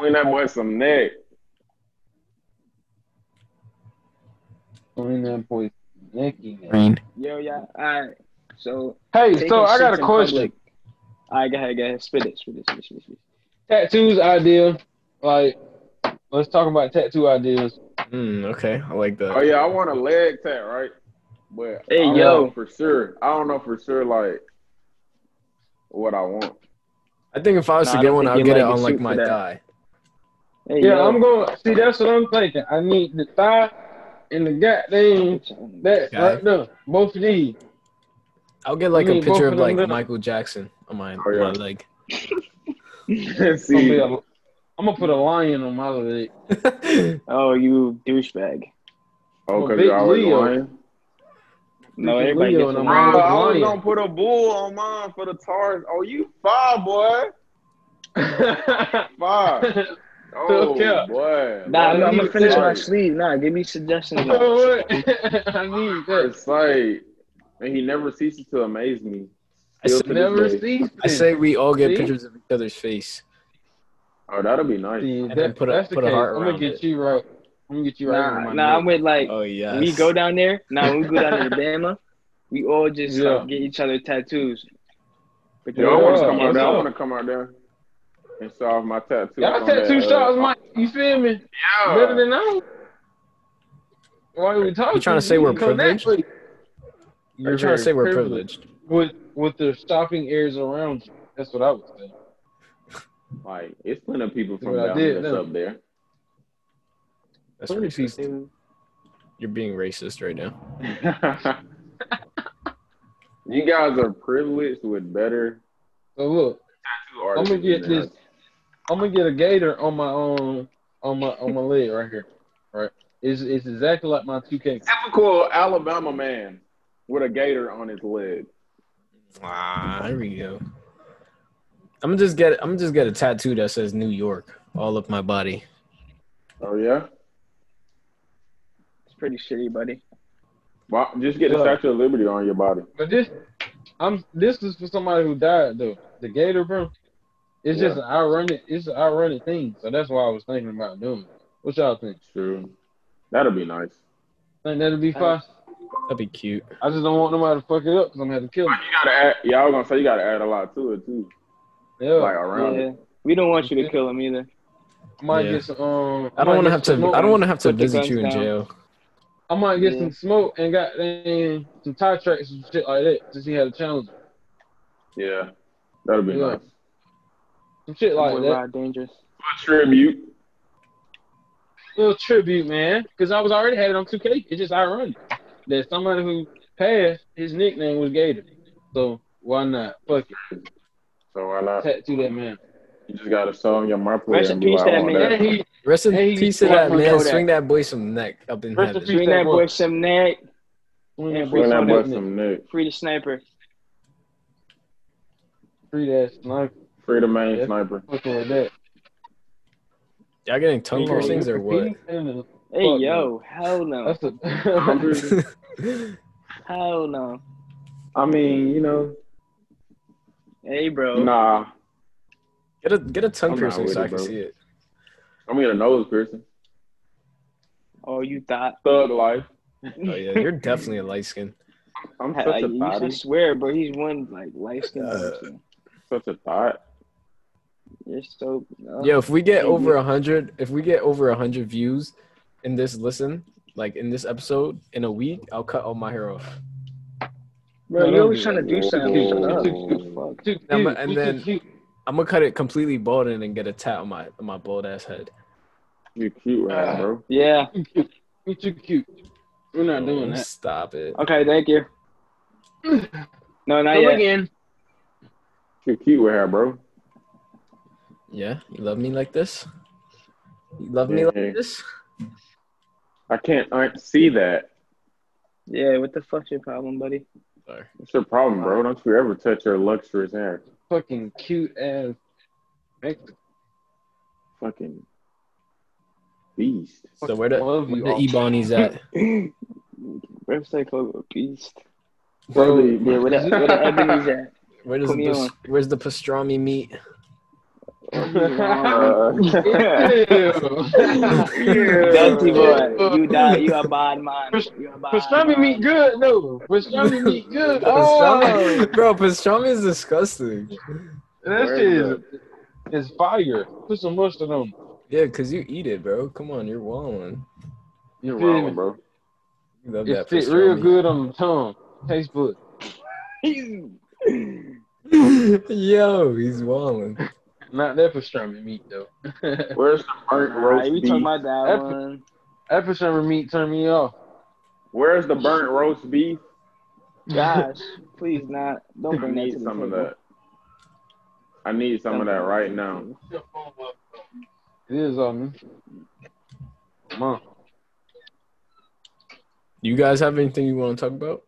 Speaker 4: that boy some neck.
Speaker 3: 29 points. Nicky, man.
Speaker 1: Green.
Speaker 2: Yo, yeah. All right. So,
Speaker 3: Hey,
Speaker 2: taking
Speaker 3: so I got
Speaker 2: shits
Speaker 3: a
Speaker 2: in
Speaker 3: question.
Speaker 2: public. All right, go ahead, go ahead. Spit it, spit it, spit it, spit it. Spit it.
Speaker 3: Tattoos idea. Like, let's talk about tattoo ideas.
Speaker 1: Mm, okay, I like that.
Speaker 4: Oh yeah, I want a leg tat, right? But
Speaker 2: Hey,
Speaker 4: I don't
Speaker 2: yo.
Speaker 4: know for sure. I don't know for sure like what I want.
Speaker 1: I think if I was
Speaker 2: Nah, I
Speaker 1: to get
Speaker 2: don't
Speaker 1: one,
Speaker 2: think
Speaker 1: I'll
Speaker 2: your
Speaker 1: get it
Speaker 2: leg is
Speaker 1: on like
Speaker 2: suit for
Speaker 1: my
Speaker 2: that.
Speaker 1: thigh.
Speaker 2: Hey,
Speaker 3: Yeah,
Speaker 2: yo.
Speaker 3: I'm going. See, that's what I'm thinking. I need the thigh and the goddamn that
Speaker 1: Okay.
Speaker 3: right there. Both of these.
Speaker 1: I'll get like
Speaker 3: I mean,
Speaker 1: a
Speaker 3: both
Speaker 1: picture
Speaker 3: of
Speaker 1: of
Speaker 3: them
Speaker 1: like
Speaker 3: little-
Speaker 1: Michael Jackson on my,
Speaker 4: Oh, yeah.
Speaker 1: my leg.
Speaker 3: I'm
Speaker 4: See,
Speaker 3: gonna, be a, I'm gonna put a lion on my leg.
Speaker 2: Oh, you douchebag.
Speaker 4: oh,
Speaker 3: I'm a
Speaker 4: cause
Speaker 3: big
Speaker 4: you always
Speaker 3: Leo.
Speaker 4: lying.
Speaker 2: No,
Speaker 3: Look at
Speaker 2: everybody
Speaker 3: Leo
Speaker 2: gets
Speaker 3: and
Speaker 2: a
Speaker 3: I'm always
Speaker 4: Bro,
Speaker 2: lion.
Speaker 4: I was
Speaker 3: lying.
Speaker 4: gonna put a bull on mine for the Taurus. Oh, you five, boy. Five. Oh,
Speaker 3: yeah.
Speaker 4: boy.
Speaker 2: Nah, I'm,
Speaker 3: Nah,
Speaker 2: I'm
Speaker 3: you
Speaker 2: gonna finish my
Speaker 4: Like,
Speaker 2: sleeve. Nah, give me suggestions.
Speaker 3: You know what? I need that.
Speaker 4: It's like, and he never ceases to amaze me.
Speaker 1: I
Speaker 4: Still
Speaker 1: said
Speaker 4: to this
Speaker 3: Never
Speaker 4: day.
Speaker 3: cease.
Speaker 1: I say we all get
Speaker 3: See?
Speaker 1: pictures of each other's face.
Speaker 4: Oh, that'll be nice.
Speaker 3: See,
Speaker 1: then
Speaker 3: that-
Speaker 1: put a-
Speaker 3: that's the
Speaker 1: put a
Speaker 3: case.
Speaker 1: heart
Speaker 3: I'm gonna
Speaker 1: around
Speaker 3: get
Speaker 1: it.
Speaker 3: you right. I'm gonna get you right.
Speaker 2: Nah,
Speaker 3: with my
Speaker 2: nah, I'm
Speaker 3: neck.
Speaker 2: with like
Speaker 1: Oh yeah.
Speaker 2: we go down there. Now when we go down to Bama, we all just
Speaker 3: Yeah.
Speaker 2: like, get each other tattoos.
Speaker 4: Yo, I want to
Speaker 3: Yeah,
Speaker 4: come out there. I
Speaker 3: yeah.
Speaker 4: want to come out there and solve my tattoo.
Speaker 3: Y'all
Speaker 4: on
Speaker 3: said two
Speaker 4: that, uh,
Speaker 3: shots, Mike. You feel me?
Speaker 4: Yeah.
Speaker 3: Better than I. Why are we talking?
Speaker 1: trying to say we're privileged?
Speaker 3: You're
Speaker 1: You're trying to say we're privileged.
Speaker 3: with with the stopping areas around you. That's what I would say.
Speaker 4: Like, it's plenty of people from
Speaker 3: What I
Speaker 4: down
Speaker 3: did,
Speaker 4: here that's
Speaker 3: no.
Speaker 4: up there.
Speaker 1: That's racist. You're being racist right now.
Speaker 4: you guys are privileged with better
Speaker 3: So look,
Speaker 4: tattoo
Speaker 3: I'm
Speaker 4: artists.
Speaker 3: gonna get
Speaker 4: than
Speaker 3: this. I'm gonna get a gator on my own on my on my leg right here. Right. It's it's exactly like my 2K.
Speaker 4: us. Typical Alabama man with a gator on his leg.
Speaker 1: Ah, here we go. I'm gonna just get I'm gonna just get a tattoo that says New York all up my body.
Speaker 4: Oh yeah.
Speaker 2: It's pretty shitty, buddy.
Speaker 4: Well, just get the
Speaker 3: Yeah.
Speaker 4: Statue of Liberty on your body.
Speaker 3: But this I'm this is for somebody who died though. The gator, bro. It's just an ironic it's an ironic thing. So that's why I was thinking about doing it. What y'all think?
Speaker 4: True. That'll be nice.
Speaker 3: Think that'll be fine?
Speaker 1: That'd be cute.
Speaker 3: I just don't want nobody to fuck it up because I'm gonna have to kill
Speaker 4: You
Speaker 3: them.
Speaker 4: gotta add. Yeah, I was gonna say you gotta add a lot to it too.
Speaker 3: Yeah.
Speaker 4: Like around
Speaker 2: Yeah,
Speaker 4: it.
Speaker 2: we don't want you to kill him either.
Speaker 3: I might
Speaker 1: Yeah.
Speaker 3: get some um
Speaker 1: I don't
Speaker 3: might
Speaker 1: want to
Speaker 3: get
Speaker 1: have
Speaker 3: some
Speaker 1: to. I don't
Speaker 3: more-
Speaker 1: want to have to
Speaker 2: Put the
Speaker 1: visit
Speaker 2: guns
Speaker 1: you in
Speaker 2: down.
Speaker 1: jail.
Speaker 3: I might get
Speaker 2: Yeah.
Speaker 3: some smoke and got um, some tie tracks and shit like that to see how to challenge it.
Speaker 4: Yeah. That'll be
Speaker 3: Yeah.
Speaker 4: nice.
Speaker 3: Some shit like
Speaker 2: Boy,
Speaker 3: that.
Speaker 2: Rod dangerous.
Speaker 4: A tribute.
Speaker 3: Little tribute, man, because I was already had it on 2K. It's just ironic that somebody who passed, his nickname was Gator. So why not? Fuck it.
Speaker 4: So why not?
Speaker 3: Tattoo that man.
Speaker 4: You just gotta show him your marple
Speaker 2: Rest
Speaker 4: and
Speaker 2: in
Speaker 4: be like,
Speaker 2: peace,
Speaker 4: I
Speaker 2: that
Speaker 4: want
Speaker 2: man.
Speaker 4: that.
Speaker 3: And he,
Speaker 1: Rest in
Speaker 3: Hey,
Speaker 1: peace to
Speaker 3: why
Speaker 1: that
Speaker 3: am I
Speaker 1: man.
Speaker 2: Kodak?
Speaker 1: Swing that boy some neck up in
Speaker 3: Rest in
Speaker 1: heaven.
Speaker 3: peace.
Speaker 2: Swing that boy some neck.
Speaker 3: swing
Speaker 2: Yeah,
Speaker 3: that
Speaker 4: Bring
Speaker 3: boy
Speaker 4: that
Speaker 3: from
Speaker 4: boy
Speaker 3: that neck.
Speaker 4: some neck.
Speaker 2: Free the sniper.
Speaker 3: Free that sniper.
Speaker 4: Free the main
Speaker 3: Yeah.
Speaker 4: sniper.
Speaker 3: Fucking with that.
Speaker 1: Y'all getting tongue piercings or what?
Speaker 2: Hey
Speaker 3: Fuck,
Speaker 2: yo, hell no,
Speaker 3: uh, That's a.
Speaker 4: Hungry?
Speaker 2: hell no.
Speaker 4: I mean, you know,
Speaker 2: Hey bro,
Speaker 4: nah.
Speaker 1: Get a get a tongue
Speaker 4: I'm not
Speaker 1: piercing
Speaker 4: with
Speaker 1: so
Speaker 4: it,
Speaker 1: I can
Speaker 4: bro.
Speaker 1: see it.
Speaker 4: I'm gonna get a nose piercing.
Speaker 2: oh you thought?
Speaker 4: Thug life.
Speaker 1: Oh yeah, you're definitely a light skin.
Speaker 4: I'm
Speaker 2: Had-
Speaker 4: such
Speaker 2: like,
Speaker 4: a
Speaker 2: you
Speaker 4: body.
Speaker 2: should swear, bro. He's one like light skinned
Speaker 1: Uh,
Speaker 2: person.
Speaker 4: Such a thought.
Speaker 2: You're so. Uh,
Speaker 1: Yo, if we get
Speaker 2: Mhm.
Speaker 1: over a hundred, if we get over a hundred views in this listen, like in this episode in a week, I'll cut all my hair off.
Speaker 2: bro,
Speaker 3: No,
Speaker 2: you're
Speaker 3: don't
Speaker 2: always
Speaker 3: do
Speaker 2: trying to
Speaker 3: that.
Speaker 2: do
Speaker 4: Whoa.
Speaker 2: something. Shut up.
Speaker 4: Whoa.
Speaker 3: Too cute.
Speaker 1: And then-
Speaker 3: Too cute.
Speaker 1: I'm gonna cut it completely bald and then get a tat on my on my bald ass head.
Speaker 4: You cute right now, bro.
Speaker 2: Yeah.
Speaker 3: Too cute. You too cute. We're not doing
Speaker 1: Oh,
Speaker 3: that.
Speaker 1: Stop it.
Speaker 2: Okay. Thank you. No, not
Speaker 3: Come
Speaker 2: yet.
Speaker 3: again.
Speaker 4: You cute with her, bro.
Speaker 1: Yeah, you love me like this. You love me
Speaker 4: Yeah.
Speaker 1: like this.
Speaker 4: I can't I see that.
Speaker 2: Yeah. What the fuck's your problem, buddy?
Speaker 1: Sorry.
Speaker 4: What's your problem, bro? Don't you ever touch your luxurious hair.
Speaker 3: Fucking cute ass. Mexican.
Speaker 4: Fucking beast.
Speaker 1: So where the
Speaker 3: Love you
Speaker 1: the
Speaker 3: all.
Speaker 1: Ebonies at?
Speaker 2: Website called a beast.
Speaker 3: Bro,
Speaker 4: Really,
Speaker 2: Yeah. Where the, where the ebony's at?
Speaker 1: Where does
Speaker 2: Put me
Speaker 1: the,
Speaker 2: on.
Speaker 1: where's the pastrami meat?
Speaker 4: Uh,
Speaker 2: Dusty
Speaker 3: Yeah.
Speaker 2: boy, you die. You a bad man.
Speaker 3: Pres-
Speaker 2: You a bad
Speaker 3: Pastrami
Speaker 2: man.
Speaker 3: meat good though. Pastrami meat good. Oh,
Speaker 1: Pastrami, bro, pastrami is disgusting.
Speaker 3: that shit is, is fire. Put some mustard on. it.
Speaker 1: Yeah, cause you eat it, bro. Come on, you're wilding.
Speaker 4: You're wrong, bro.
Speaker 1: You love
Speaker 3: It
Speaker 1: that
Speaker 3: fit real
Speaker 1: pastrami.
Speaker 3: good on the tongue. Tastes good.
Speaker 1: Yo, he's wilding.
Speaker 3: Not that pastrami meat though. that
Speaker 4: Where's the burnt
Speaker 2: Nah,
Speaker 4: roast
Speaker 2: you
Speaker 4: beef?
Speaker 2: talking about that
Speaker 3: That's-
Speaker 2: one?
Speaker 3: pastrami meat turned me off.
Speaker 4: Where's the burnt roast beef?
Speaker 2: Gosh, please not. Don't
Speaker 4: I
Speaker 2: bring that to
Speaker 4: need
Speaker 2: the
Speaker 4: some
Speaker 2: table.
Speaker 4: of that. I need some of that right now.
Speaker 3: It is on me. Come on.
Speaker 1: You guys have anything you want to talk about?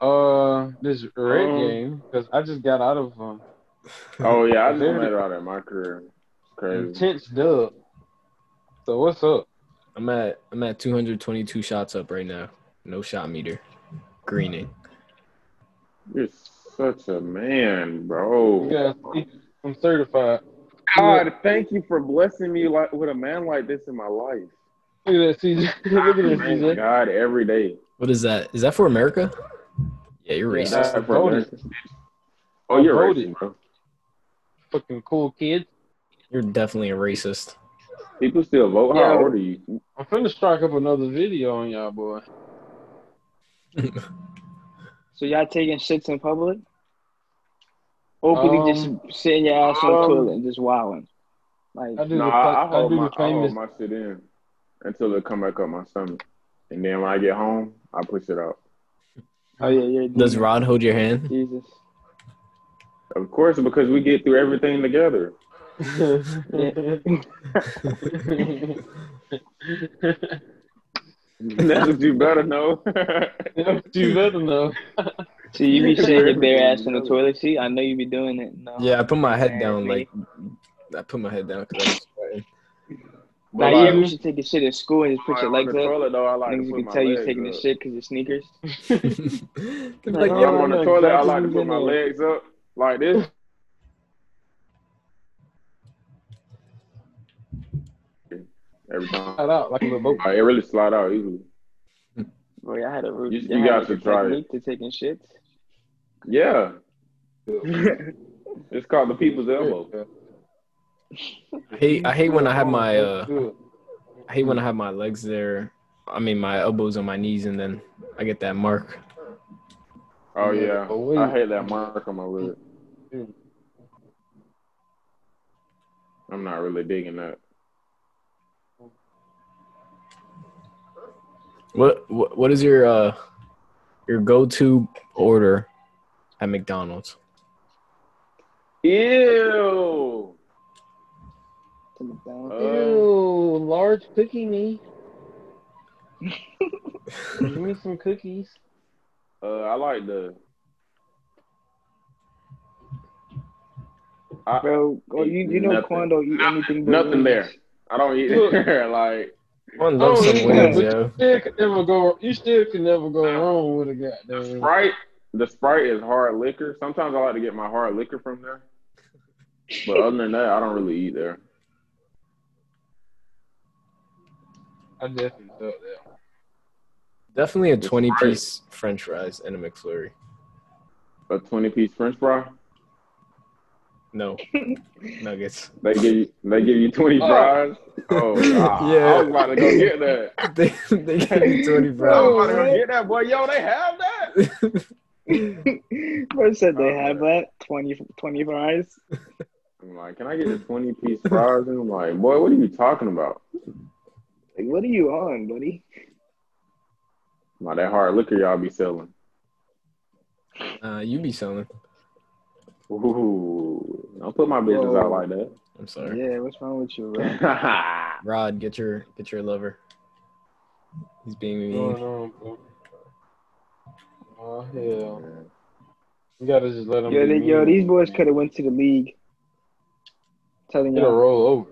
Speaker 3: Uh, this red
Speaker 4: Um,
Speaker 3: game because I just got out of um,
Speaker 4: Oh yeah, I just made it out of my career. It's crazy.
Speaker 3: intense dub. So what's up?
Speaker 1: I'm at I'm at 222 shots up right now. No shot meter. Greening.
Speaker 4: You're such a man, bro.
Speaker 3: Yeah, I'm certified.
Speaker 4: God, thank you for blessing me like with a man like this in my life.
Speaker 3: Look at that CJ. Look at this
Speaker 4: Thank
Speaker 3: CJ.
Speaker 4: Oh God every day.
Speaker 1: What is that? Is that for America? Yeah, you're
Speaker 3: Yeah.
Speaker 1: racist.
Speaker 4: Not for
Speaker 3: voted.
Speaker 4: nothing. Oh, you're
Speaker 3: I voted.
Speaker 4: racist, bro.
Speaker 3: Fucking cool kid.
Speaker 1: You're definitely a racist.
Speaker 4: People still vote.
Speaker 3: Yeah.
Speaker 4: How old are you?
Speaker 3: I'm finna strike up another video on y'all, boy.
Speaker 2: So y'all taking shits in public? Hopefully,
Speaker 3: Um,
Speaker 2: just sitting your ass on the
Speaker 4: um,
Speaker 2: toilet and just wilding. Like,
Speaker 3: I do
Speaker 4: No,
Speaker 3: the,
Speaker 4: I, I
Speaker 3: fa- I,
Speaker 4: hold
Speaker 3: do
Speaker 4: my
Speaker 3: the
Speaker 4: I hold
Speaker 3: famous.
Speaker 4: my shit in until it come back up my stomach, and then when I get home, I push it out.
Speaker 2: oh yeah, yeah.
Speaker 1: Does
Speaker 2: Jesus.
Speaker 1: Rod hold your hand?
Speaker 2: Jesus.
Speaker 4: Of course, because we get through everything together.
Speaker 2: Mm-hmm.
Speaker 4: That's what you better know.
Speaker 3: you better know.
Speaker 2: So you be sitting your bare ass on the toilet seat? I know you be doing it. No.
Speaker 1: Yeah, I put my head
Speaker 2: Man,
Speaker 1: down.
Speaker 2: me.
Speaker 1: Like I put my head down because I was sweating.
Speaker 2: Now
Speaker 4: But
Speaker 2: you
Speaker 4: like,
Speaker 2: ever should take a shit at school and just put
Speaker 4: like,
Speaker 2: your
Speaker 4: on
Speaker 2: legs
Speaker 4: the
Speaker 2: up?
Speaker 4: toilet, though, I like to
Speaker 2: Niggas
Speaker 4: put
Speaker 2: can
Speaker 4: my
Speaker 2: tell you was
Speaker 4: legs
Speaker 2: taking a
Speaker 4: up.
Speaker 2: shit because your sneakers.
Speaker 1: They're
Speaker 2: Like,
Speaker 1: like,
Speaker 4: If
Speaker 1: yo,
Speaker 4: I'm on the
Speaker 3: no,
Speaker 4: toilet, I
Speaker 3: exactly
Speaker 4: like to
Speaker 3: who's
Speaker 4: put
Speaker 3: in
Speaker 4: my
Speaker 3: there.
Speaker 4: legs up like this. Every time.
Speaker 3: Shout out like a little boat.
Speaker 4: Like, it really slide out easily.
Speaker 2: Boy, I had a
Speaker 4: You-
Speaker 2: root.
Speaker 4: you got to try it.
Speaker 2: to taking shits.
Speaker 4: Yeah. it's called the people's elbow.
Speaker 1: I hate I hate when I have my uh I hate when I have my legs there. I mean my elbows on my knees and then I get that mark.
Speaker 4: Oh yeah.
Speaker 3: Oh, wait. Mm.
Speaker 4: I hate that mark on my leg. I'm not really digging that.
Speaker 1: What what, what is your uh your go to order at McDonald's?
Speaker 4: Ew.
Speaker 2: To McDonald's.
Speaker 4: Uh,
Speaker 3: Ew, large cookie me. Give me some cookies.
Speaker 4: uh, I like the. I,
Speaker 2: Bro, oh, you, you know
Speaker 4: Nothing.
Speaker 2: Quando eat anything but
Speaker 4: nothing there.
Speaker 2: wings.
Speaker 4: I don't eat it. like
Speaker 1: One loves
Speaker 3: Oh,
Speaker 1: some
Speaker 3: yeah.
Speaker 1: wings, yo.
Speaker 3: Still could never go. You still can never go wrong with a goddamn.
Speaker 4: Sprite. The Sprite is hard liquor. Sometimes I like to get my hard liquor from there. But other than that, I don't really eat there.
Speaker 3: I definitely thought that.
Speaker 1: Definitely a
Speaker 4: It's
Speaker 1: twenty
Speaker 4: great.
Speaker 1: piece French fries and a McFlurry.
Speaker 4: A twenty-piece French fry.
Speaker 1: No nuggets.
Speaker 4: They give you. They give you twenty
Speaker 3: Oh.
Speaker 4: fries. Oh, God. I was about to go get that.
Speaker 1: they they give you twenty
Speaker 4: I was
Speaker 1: fries.
Speaker 4: about to go get that boy. Yo, they have that.
Speaker 2: Bro said they
Speaker 4: Oh,
Speaker 2: have that 20, 20 fries.
Speaker 4: I'm like, can I get a twenty-piece fries? And I'm like, boy, what are you talking about?
Speaker 2: Like, what are you on, buddy?
Speaker 4: I'm like that hard liquor y'all be selling.
Speaker 1: Uh, you be selling.
Speaker 4: Ooh, don't put my business out like that.
Speaker 1: I'm sorry.
Speaker 2: Yeah, what's wrong with you, bro?
Speaker 1: Rod, get your get your lover. He's being
Speaker 3: What's
Speaker 1: mean.
Speaker 3: going on, bro? Oh hell, you gotta just let them.
Speaker 2: Yo, they, yo, these boys could have went to the league. Telling
Speaker 3: gonna
Speaker 2: you,
Speaker 3: roll over.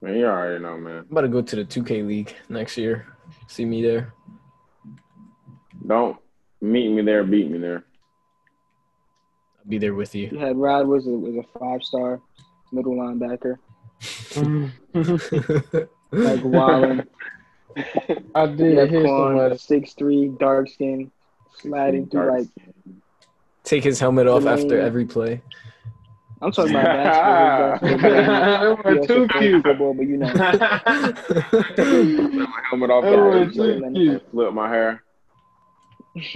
Speaker 4: man, you already know, man.
Speaker 1: I'm about to go to the 2K league next year. See me there.
Speaker 4: Don't meet me there, beat me there.
Speaker 1: I'll be there with you.
Speaker 2: You had Rod was a, was a five star middle linebacker, like Wallen.
Speaker 3: I
Speaker 2: you
Speaker 3: did
Speaker 2: had
Speaker 3: hear somebody.
Speaker 2: Quan, six three, dark skin, sliding through like
Speaker 1: Take his helmet off after
Speaker 2: Yeah.
Speaker 1: every play.
Speaker 2: I'm talking about basketball. basketball
Speaker 3: Everyone too cute.
Speaker 2: Football, but you know.
Speaker 4: Took my helmet off
Speaker 3: That
Speaker 4: there
Speaker 3: was
Speaker 4: and
Speaker 3: too cute.
Speaker 4: flip my hair.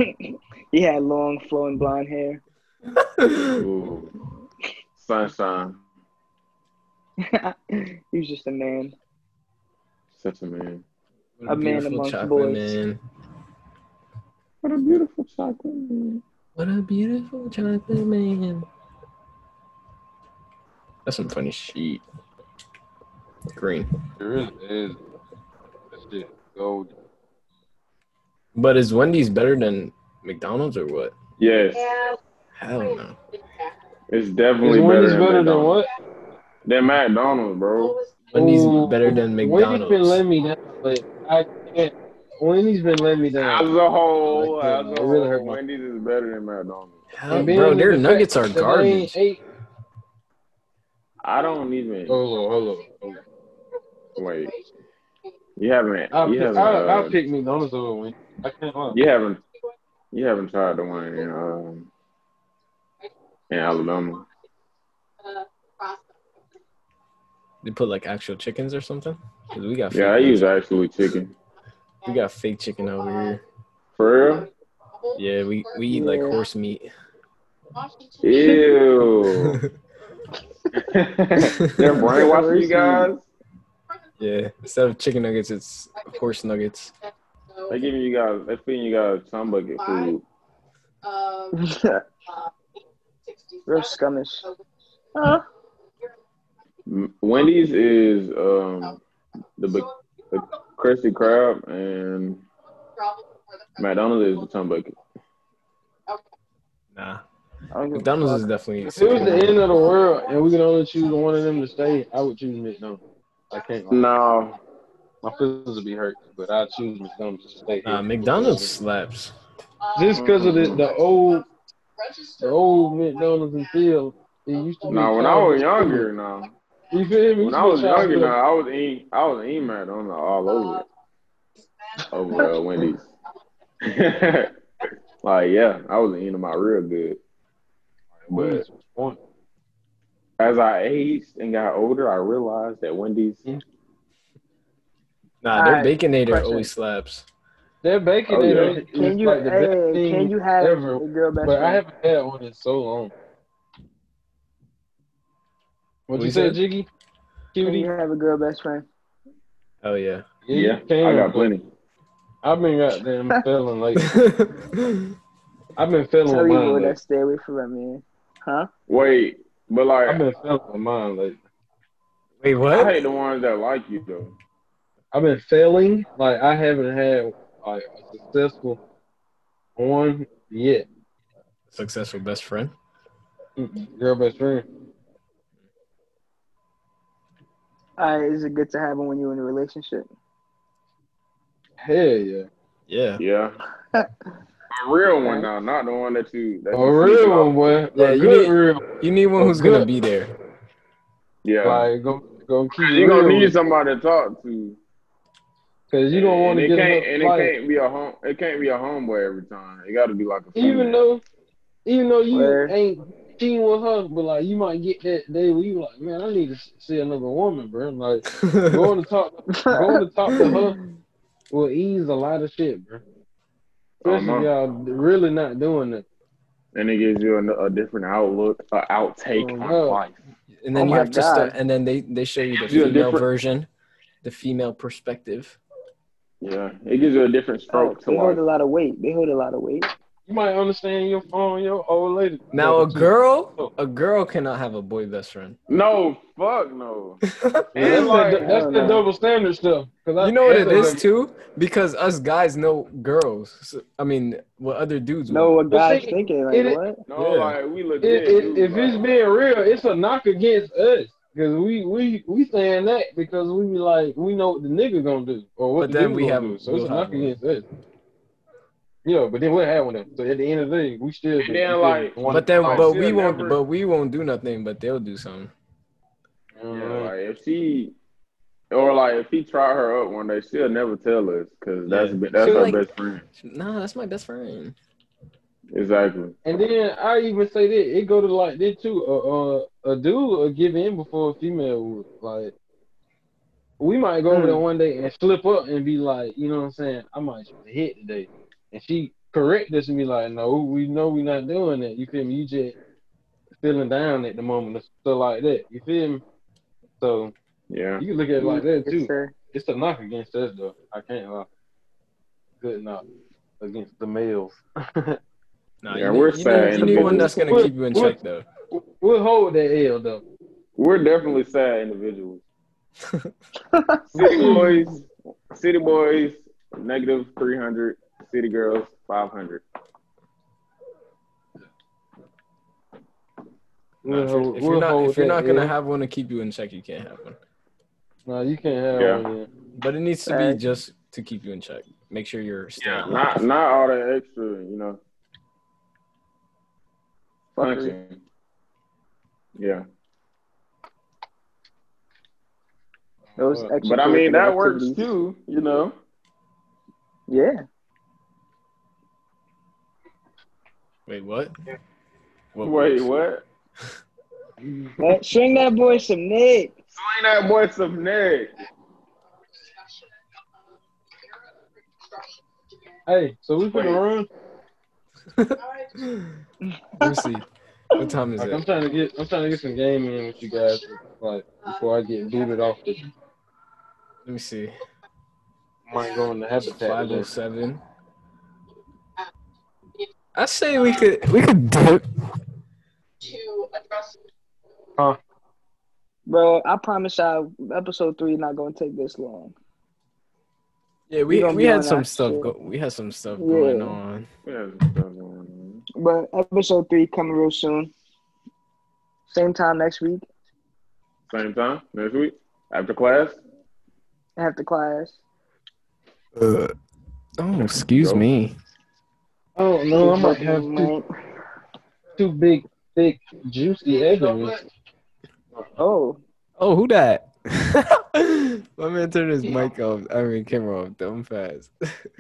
Speaker 2: he had long, flowing blonde hair.
Speaker 4: Ooh. Sunshine.
Speaker 2: he was just a man.
Speaker 4: Such a man.
Speaker 1: What
Speaker 2: A man
Speaker 1: beautiful
Speaker 2: amongst
Speaker 1: chocolate
Speaker 2: boys.
Speaker 1: man.
Speaker 4: What a beautiful chocolate man.
Speaker 1: What a beautiful chocolate man. That's some funny shit. Green.
Speaker 3: There really is. That shit gold.
Speaker 1: But is Wendy's better than McDonald's or what?
Speaker 4: Yes.
Speaker 1: Hell no.
Speaker 4: It's
Speaker 3: Is
Speaker 4: definitely better,
Speaker 3: Wendy's
Speaker 4: than,
Speaker 3: better than
Speaker 4: McDonald's.
Speaker 3: what?
Speaker 4: Than McDonald's, bro.
Speaker 1: Wendy's
Speaker 3: Ooh,
Speaker 1: better than
Speaker 3: Wendy's been
Speaker 1: McDonald's.
Speaker 3: letting me down, but I can't. Wendy's been letting me
Speaker 4: As
Speaker 3: down.
Speaker 4: a whole,
Speaker 3: Like,
Speaker 4: as
Speaker 3: it
Speaker 4: a whole,
Speaker 3: really hurt my-
Speaker 4: Wendy's is better than McDonald's.
Speaker 1: Hell,
Speaker 3: And being
Speaker 1: bro,
Speaker 3: in
Speaker 1: their
Speaker 3: the
Speaker 1: nuggets are
Speaker 3: fact that they ain't
Speaker 1: garbage.
Speaker 3: ate-
Speaker 4: I don't even
Speaker 3: Hold on, hold on, hold on.
Speaker 4: wait. You haven't.
Speaker 3: I'll,
Speaker 4: you
Speaker 3: pick,
Speaker 4: haven't.
Speaker 3: I'll,
Speaker 4: uh,
Speaker 3: I'll pick McDonald's over Wendy's. I can't lie.
Speaker 4: You haven't. You haven't tried the one in um, in Alabama.
Speaker 1: They put like actual chickens or something. 'Cause we got fake
Speaker 4: Yeah, I
Speaker 1: ones.
Speaker 4: use actually chicken.
Speaker 1: we got fake chicken over here.
Speaker 4: For
Speaker 1: Yeah, we we eat like
Speaker 2: Yeah.
Speaker 1: horse meat.
Speaker 4: real? Ew. They're brainwashing you guys.
Speaker 1: yeah, instead of chicken nuggets, it's horse nuggets.
Speaker 4: They giving you guys. They feeding you guys some bucket food.
Speaker 2: Real scummish.
Speaker 4: M- Wendy's is um the big Krusty Krab and McDonald's is the tongue bucket.
Speaker 1: Nah,
Speaker 2: I don't give a
Speaker 1: McDonald's is
Speaker 2: fuck.
Speaker 1: definitely.
Speaker 3: If it was the end of the world and we could only choose one of them to stay, I would choose McDonald's. I can't. lie.
Speaker 4: No,
Speaker 3: My feelings would be hurt, but I choose McDonald's to stay.
Speaker 1: Nah,
Speaker 3: here.
Speaker 1: McDonald's slaps.
Speaker 4: Uh,
Speaker 3: Just because of the, the old the old McDonald's and Field, it used to be.
Speaker 4: no. When I was younger, no.
Speaker 3: You feel me?
Speaker 4: When I was younger, no, I was eating. I was eating McDonald's all over it.
Speaker 3: Oh,
Speaker 4: over uh, Wendy's. like yeah, I was eating my real good. But
Speaker 3: Mm. But
Speaker 4: as I aged and got older, I realized that Wendy's
Speaker 3: Mm,
Speaker 1: Nah, their
Speaker 2: Alright,
Speaker 1: baconator
Speaker 2: question.
Speaker 1: always slaps.
Speaker 3: that bacon
Speaker 4: Oh, yeah.
Speaker 3: is
Speaker 2: Can you,
Speaker 3: like the best
Speaker 2: hey,
Speaker 3: thing.
Speaker 2: can you have
Speaker 3: ever,
Speaker 2: a girl best
Speaker 3: but I
Speaker 2: friend?
Speaker 3: haven't had one in so long. What
Speaker 1: What
Speaker 3: you
Speaker 1: you
Speaker 3: say,
Speaker 1: said?
Speaker 3: Jiggy?
Speaker 2: Can
Speaker 3: Cutie?
Speaker 2: you have a girl best friend?
Speaker 1: Oh yeah.
Speaker 3: you
Speaker 4: yeah,
Speaker 3: can,
Speaker 4: I
Speaker 3: but
Speaker 4: got plenty.
Speaker 3: I've been goddamn feeling like
Speaker 1: I've
Speaker 3: I've been feeling
Speaker 2: Tell
Speaker 3: with
Speaker 2: you
Speaker 3: mine.
Speaker 2: what, I
Speaker 3: Like,
Speaker 2: stay away from that man. Huh?
Speaker 4: Wait,
Speaker 3: I've
Speaker 4: but like
Speaker 3: been feeling with mine. Like
Speaker 1: Wait,
Speaker 4: I
Speaker 1: what?
Speaker 4: hate the ones that like you though.
Speaker 3: I've been failing. Like I haven't had like a successful one yet.
Speaker 1: Successful best friend.
Speaker 3: Girl best friend.
Speaker 2: All right, is it good to have one when you're in a relationship?
Speaker 3: Hell yeah.
Speaker 1: Yeah.
Speaker 4: Yeah, a real one now, not the one that you. That
Speaker 3: A
Speaker 4: you
Speaker 3: real one, boy. A
Speaker 1: Yeah, you
Speaker 3: good
Speaker 1: need-
Speaker 3: real.
Speaker 1: You need
Speaker 2: Oh,
Speaker 1: one who's gonna be there.
Speaker 4: Yeah,
Speaker 3: Like go go keep
Speaker 4: you
Speaker 3: it
Speaker 4: gonna
Speaker 3: real.
Speaker 4: need somebody to talk to.
Speaker 3: Cause you don't want
Speaker 4: And
Speaker 3: to
Speaker 4: it
Speaker 3: get
Speaker 4: can't, and
Speaker 3: in
Speaker 4: it
Speaker 3: a fight.
Speaker 4: can't be a home. It can't be a homeboy every time. It got to be like a.
Speaker 3: Even
Speaker 4: female.
Speaker 3: though, even though you
Speaker 2: Word.
Speaker 3: ain't cheating with her, but like you might get that day where you like, man, I need to s- see another woman, bro. Like going to talk, going to talk to her will ease a lot of shit, bro. Especially
Speaker 4: Uh-huh.
Speaker 3: if y'all really not doing that.
Speaker 4: and it gives you a, a different outlook, an outtake
Speaker 3: Oh,
Speaker 4: on
Speaker 3: no.
Speaker 4: life.
Speaker 1: and then
Speaker 2: Oh
Speaker 1: you
Speaker 2: my
Speaker 1: have to start.
Speaker 2: God.
Speaker 1: And then they they show you the
Speaker 4: Gives you a
Speaker 1: female
Speaker 4: different-
Speaker 1: version, the female perspective.
Speaker 4: Yeah, it gives you a different
Speaker 5: Oh,
Speaker 4: stroke to
Speaker 2: they hold
Speaker 4: life.
Speaker 2: a lot of weight. They hold a lot of weight.
Speaker 3: You might understand your phone, your old lady.
Speaker 1: Now a
Speaker 3: But you-
Speaker 2: Oh.
Speaker 1: girl, a girl cannot have a boy best friend.
Speaker 4: No, fuck no.
Speaker 3: Yeah,
Speaker 4: And
Speaker 3: that's,
Speaker 4: like,
Speaker 3: the, that's
Speaker 2: I don't
Speaker 3: the
Speaker 2: know.
Speaker 3: double standard stuff. 'Cause I-
Speaker 1: You know what it
Speaker 3: that's
Speaker 1: is
Speaker 3: a-
Speaker 1: too, because us guys know girls. So- I mean, what other dudes?
Speaker 2: Know
Speaker 1: want.
Speaker 2: what God's
Speaker 3: see,
Speaker 2: thinking? Like
Speaker 3: it-
Speaker 2: what?
Speaker 4: no,
Speaker 1: Yeah.
Speaker 4: like we legit.
Speaker 3: It, it,
Speaker 4: dude,
Speaker 3: if
Speaker 4: like,
Speaker 3: it's being real, it's a knock against us because we we we saying that because we be like we know what the nigga gonna do or what
Speaker 1: But
Speaker 3: the
Speaker 1: then
Speaker 3: nigga
Speaker 1: we
Speaker 3: gonna
Speaker 1: have-
Speaker 3: do. So it's
Speaker 1: we'll
Speaker 3: a knock
Speaker 1: have one.
Speaker 3: against us. Yeah, but then what happened? Then? So at the end of the day, we still.
Speaker 4: And then, like-
Speaker 1: But then,
Speaker 4: Like,
Speaker 1: but
Speaker 4: she'll
Speaker 1: we won't,
Speaker 4: never-
Speaker 1: but we won't do nothing. But they'll do something.
Speaker 4: Yeah, like if she or like if he try her up one day, she'll never tell us because that's
Speaker 1: Yeah.
Speaker 4: that's
Speaker 1: She'll,
Speaker 4: her
Speaker 1: like-
Speaker 4: best friend.
Speaker 1: Nah, that's my best friend.
Speaker 4: Exactly.
Speaker 3: And then I even say that it go to like this too. A uh, a dude will give in before a female would. Like we might go over there one day and slip up and be like, you know what I'm saying? I might just hit today, and she correct us and be like, no, we know we not doing that. You feel me? You just feeling down at the moment or stuff like that. You feel me? So
Speaker 4: Yeah.
Speaker 3: you can look at it like that
Speaker 2: Yes,
Speaker 3: too.
Speaker 2: sir.
Speaker 3: It's a knock against us though. I can't lie. Good knock against the males.
Speaker 1: Nah,
Speaker 4: Yeah,
Speaker 1: you need-
Speaker 4: we're
Speaker 1: you
Speaker 4: sad
Speaker 1: Need, you need one
Speaker 4: individuals.
Speaker 1: that's gonna
Speaker 3: What-
Speaker 1: keep you in
Speaker 3: what-
Speaker 1: check, though.
Speaker 3: We'll hold that L though.
Speaker 4: We're definitely sad individuals. City boys City boys, negative three hundred, city girls, five hundred.
Speaker 1: Nah, if you're, if you're not, if you're not gonna have one to keep you in check, you can't have one.
Speaker 3: no, you can't have
Speaker 4: Yeah.
Speaker 3: one. Yeah.
Speaker 1: But it needs to be
Speaker 2: Facts.
Speaker 1: just to keep you in check. Make sure you're stable.
Speaker 4: Not not all that extra, you know. Function. Yeah.
Speaker 2: Those
Speaker 3: But
Speaker 4: But I mean that
Speaker 2: extracurricular
Speaker 4: works
Speaker 2: activities.
Speaker 4: too, you know.
Speaker 2: Yeah.
Speaker 1: Wait, what? What
Speaker 4: Wait,
Speaker 1: works?
Speaker 4: what?
Speaker 5: Let- Swing that boy some neck.
Speaker 4: Sling that boy some neck.
Speaker 3: Hey, so we finna run.
Speaker 1: Let me see. What time is
Speaker 3: Like, I'm
Speaker 1: it?
Speaker 3: trying to get, I'm trying to get some game in with you guys, like before I get booted off the
Speaker 1: Let me see.
Speaker 3: might go in the habitat.
Speaker 1: Five oh
Speaker 3: today.
Speaker 1: seven. I say we could we could dip.
Speaker 6: to address
Speaker 5: Bro, I promise y'all, episode three not gonna take this long.
Speaker 1: Yeah, we
Speaker 5: We gonna
Speaker 1: we
Speaker 5: be
Speaker 1: had
Speaker 5: on
Speaker 1: some
Speaker 5: that
Speaker 1: stuff
Speaker 5: shit.
Speaker 1: go, we had some stuff
Speaker 5: Yeah.
Speaker 1: going on.
Speaker 4: Yeah, that's what's going
Speaker 5: But episode three coming real soon. Same time next week
Speaker 4: on. Same time next week after class.
Speaker 5: after class.
Speaker 1: Uh, oh, excuse
Speaker 4: Bro.
Speaker 1: me.
Speaker 3: I don't know. Oh, I might have two,
Speaker 5: Right.
Speaker 3: two big, thick, juicy eggs.
Speaker 5: Oh,
Speaker 1: Oh, who that? My man turned his mic off. I mean, camera off dumb fast.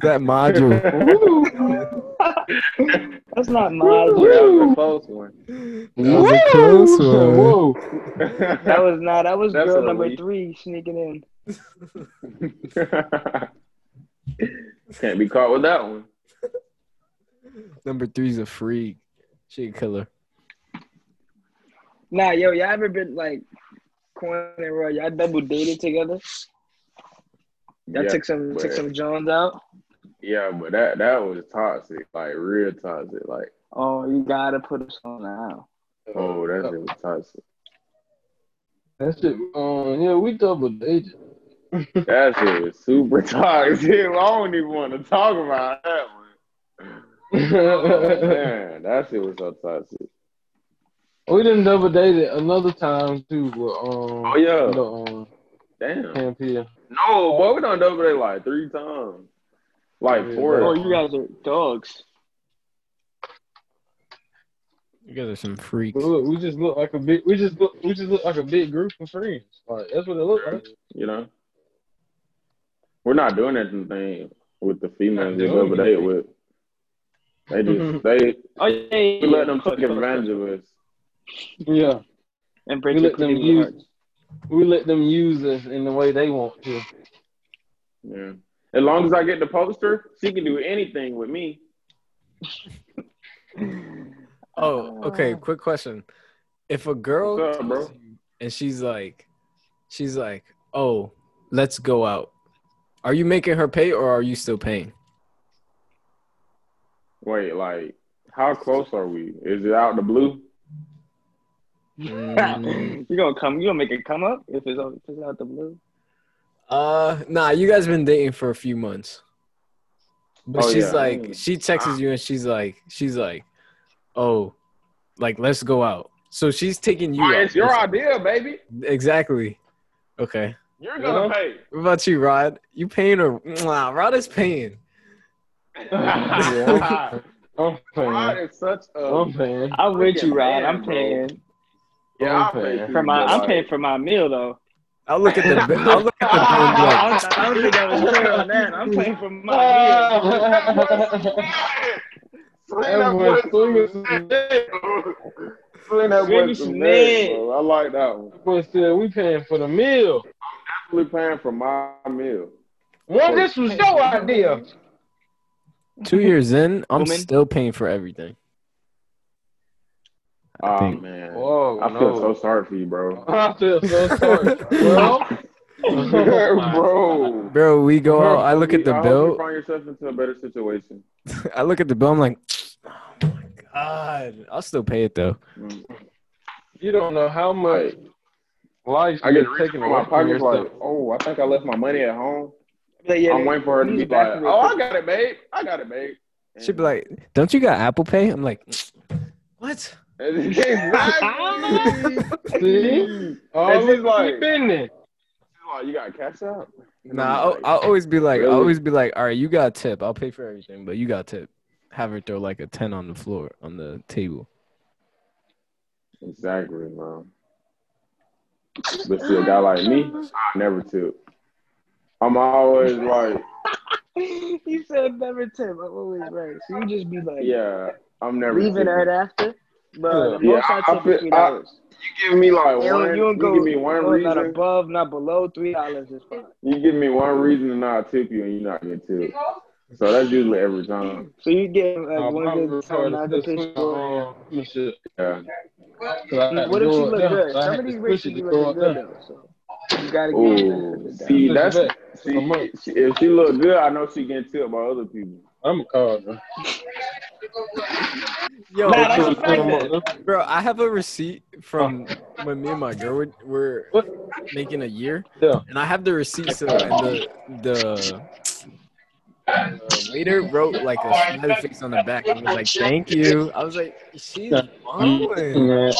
Speaker 1: that module.
Speaker 5: that's not my.
Speaker 4: Ooh, that was a close one.
Speaker 1: That was a close one.
Speaker 3: Whoa!
Speaker 5: That was not. That was
Speaker 4: That's
Speaker 5: girl
Speaker 4: a
Speaker 5: number
Speaker 4: leak.
Speaker 5: three sneaking in.
Speaker 4: Can't be caught with that one.
Speaker 1: Number three's a freak. She a killer.
Speaker 5: Nah, yo, y'all ever been like Quan and Roy? Y'all double dated together? Y'all
Speaker 4: yeah,
Speaker 5: took some took
Speaker 4: but-
Speaker 5: some Jones out.
Speaker 4: yeah, but that that was toxic, like real toxic. Like,
Speaker 5: Oh, you gotta put us on now.
Speaker 4: oh, that shit was toxic.
Speaker 3: That shit. Um, yeah, we double dated.
Speaker 4: That shit was super toxic. I don't even want to talk about that one.
Speaker 3: we
Speaker 4: Man, that shit was so toxic.
Speaker 3: didn't double date it another time too. But, um,
Speaker 4: Oh yeah,
Speaker 3: the, um,
Speaker 4: damn.
Speaker 3: camp here.
Speaker 4: No, boy, we done double date like three times. Like
Speaker 3: Yeah,
Speaker 5: Oh,
Speaker 4: four.
Speaker 5: you guys are dogs.
Speaker 1: You guys are some freaks.
Speaker 3: But look, we just look like a big. We just look. We just look like a big group of friends. Like that's what it looked like.
Speaker 4: You know, we're not doing anything with the females
Speaker 3: Not
Speaker 4: we
Speaker 3: doing
Speaker 4: double date
Speaker 3: anything.
Speaker 4: with. They just they
Speaker 5: Oh yeah, yeah,
Speaker 4: we let
Speaker 5: yeah.
Speaker 4: them take advantage of us.
Speaker 3: Yeah,
Speaker 5: and break
Speaker 3: we
Speaker 5: your
Speaker 3: let them
Speaker 5: cleavage
Speaker 3: use.
Speaker 5: hearts.
Speaker 3: We let them use us in the way they want to.
Speaker 4: Yeah. As long as I get the poster, she can do anything with me.
Speaker 1: Oh, okay. Quick question: If a girl
Speaker 4: What's up,
Speaker 1: tells
Speaker 4: bro?
Speaker 1: you and she's like, she's like, "Oh, let's go out," are you making her pay or are you still paying?
Speaker 4: Wait, like, how close are we? Is it out the blue?
Speaker 1: Mm,
Speaker 5: you gonna come? You gonna make it come up if it's, out- if it's out the blue?
Speaker 1: uh, nah. You guys been dating for a few months, but
Speaker 4: Oh,
Speaker 1: she's
Speaker 4: yeah.
Speaker 1: like, she texts you and she's like, she's like, "Oh, like let's go out." So she's taking you
Speaker 4: Oh,
Speaker 1: out.
Speaker 4: it's your idea, baby.
Speaker 1: exactly. Okay,
Speaker 4: You're gonna
Speaker 1: What about you, Rod? You paying or nah, Rod is paying.
Speaker 4: pay.
Speaker 3: I'm
Speaker 4: Rod
Speaker 3: paying.
Speaker 4: is such a
Speaker 3: I'm paying.
Speaker 2: I'm with you, Rod. I'm
Speaker 4: Man, bro.
Speaker 2: paying
Speaker 4: Yeah,
Speaker 3: I'm paying.
Speaker 2: for my. I'm paying for my meal though.
Speaker 1: I'll look at the bill. I'll look at the bill. and be like,
Speaker 2: I don't, I don't think I was clear on that. I'm paying for my meal.
Speaker 3: That boy swinging some-
Speaker 4: Sling that boy
Speaker 2: Swing
Speaker 4: some
Speaker 2: some
Speaker 4: neck,
Speaker 2: neck.
Speaker 4: bro. I like that one.
Speaker 3: that boy said we paying for the meal.
Speaker 4: Definitely paying for my meal.
Speaker 3: Well, this was your idea.
Speaker 1: Two years in, I'm
Speaker 2: Woman.
Speaker 1: still paying for everything. I
Speaker 4: Oh
Speaker 1: think.
Speaker 4: man,
Speaker 3: Whoa,
Speaker 4: I feel so sorry for you, bro.
Speaker 3: I feel so sorry, bro.
Speaker 4: bro.
Speaker 1: Bro, we go out. I look at the
Speaker 4: I Hope you
Speaker 1: bill.
Speaker 4: find yourself into a better situation.
Speaker 1: I look at the bill. I'm like, oh my god, I'll still pay it though.
Speaker 4: Mm.
Speaker 3: You don't know how much
Speaker 4: Like,
Speaker 3: life
Speaker 4: I get
Speaker 3: you're
Speaker 4: reaching
Speaker 3: taking
Speaker 4: for my
Speaker 3: away from
Speaker 4: pockets like,
Speaker 3: yourself.
Speaker 4: oh, I think I left my money at home.
Speaker 2: Like, yeah,
Speaker 4: I'm waiting for her to
Speaker 2: please
Speaker 4: be
Speaker 2: back
Speaker 4: like,
Speaker 2: me
Speaker 4: oh,
Speaker 2: real
Speaker 4: I got it, babe. I got it, babe.
Speaker 1: She'd be like, don't you got Apple Pay? I'm like, what?
Speaker 4: exactly.
Speaker 3: See?
Speaker 4: And
Speaker 3: Oh,
Speaker 4: she's like-
Speaker 3: you've been there.
Speaker 4: Oh, you got cash out? And
Speaker 1: Nah,
Speaker 4: I'm
Speaker 1: I'll, I'll always be like,
Speaker 4: Really?
Speaker 1: I'll always be like, all right, you got tip. I'll pay for everything, but you got tip. Have her throw like a ten on the floor on the table.
Speaker 4: exactly, bro. But see, a guy like me, I never took. I'm always like,
Speaker 2: quick. you said never tip. I'm always right. So you just be like,
Speaker 4: yeah, I'm never
Speaker 2: leaving
Speaker 4: tipping.
Speaker 2: her after. But
Speaker 4: Yeah,
Speaker 2: most I,
Speaker 4: I- I
Speaker 2: tip
Speaker 4: feel-
Speaker 2: is three dollars.
Speaker 4: You give me like
Speaker 2: You
Speaker 4: one.
Speaker 2: don't- you
Speaker 4: You,
Speaker 2: don't go,
Speaker 4: give me one
Speaker 2: go not
Speaker 4: reason.
Speaker 2: above, not below. Three dollars is fine.
Speaker 4: You give me one reason to not tip you, and you're not gonna tip. So that's usually every time.
Speaker 2: So you get like
Speaker 1: Oh,
Speaker 3: Uh, my
Speaker 2: one good
Speaker 3: retard
Speaker 2: time not to
Speaker 3: is
Speaker 2: piss
Speaker 3: swinging
Speaker 2: you
Speaker 3: on me shit.
Speaker 4: Yeah.
Speaker 2: What if she look good? Some of these races be looking good though. So you gotta get
Speaker 4: Oh, see,
Speaker 3: That's
Speaker 4: that's
Speaker 3: it.
Speaker 4: see, she- if she look good, I know she getting tipped by other people.
Speaker 3: I'm a card, bro.
Speaker 1: Yo,
Speaker 2: Nah, that's a
Speaker 1: bro,
Speaker 2: fact Oh. then.
Speaker 1: bro, I have a receipt from when me and my girl were, were
Speaker 3: What?
Speaker 1: making a year,
Speaker 3: Yeah.
Speaker 1: and I have the receipt still, and the the the waiter wrote like a smiley face on the back and was like, "Thank you." I was like, "She's balling."
Speaker 3: Man,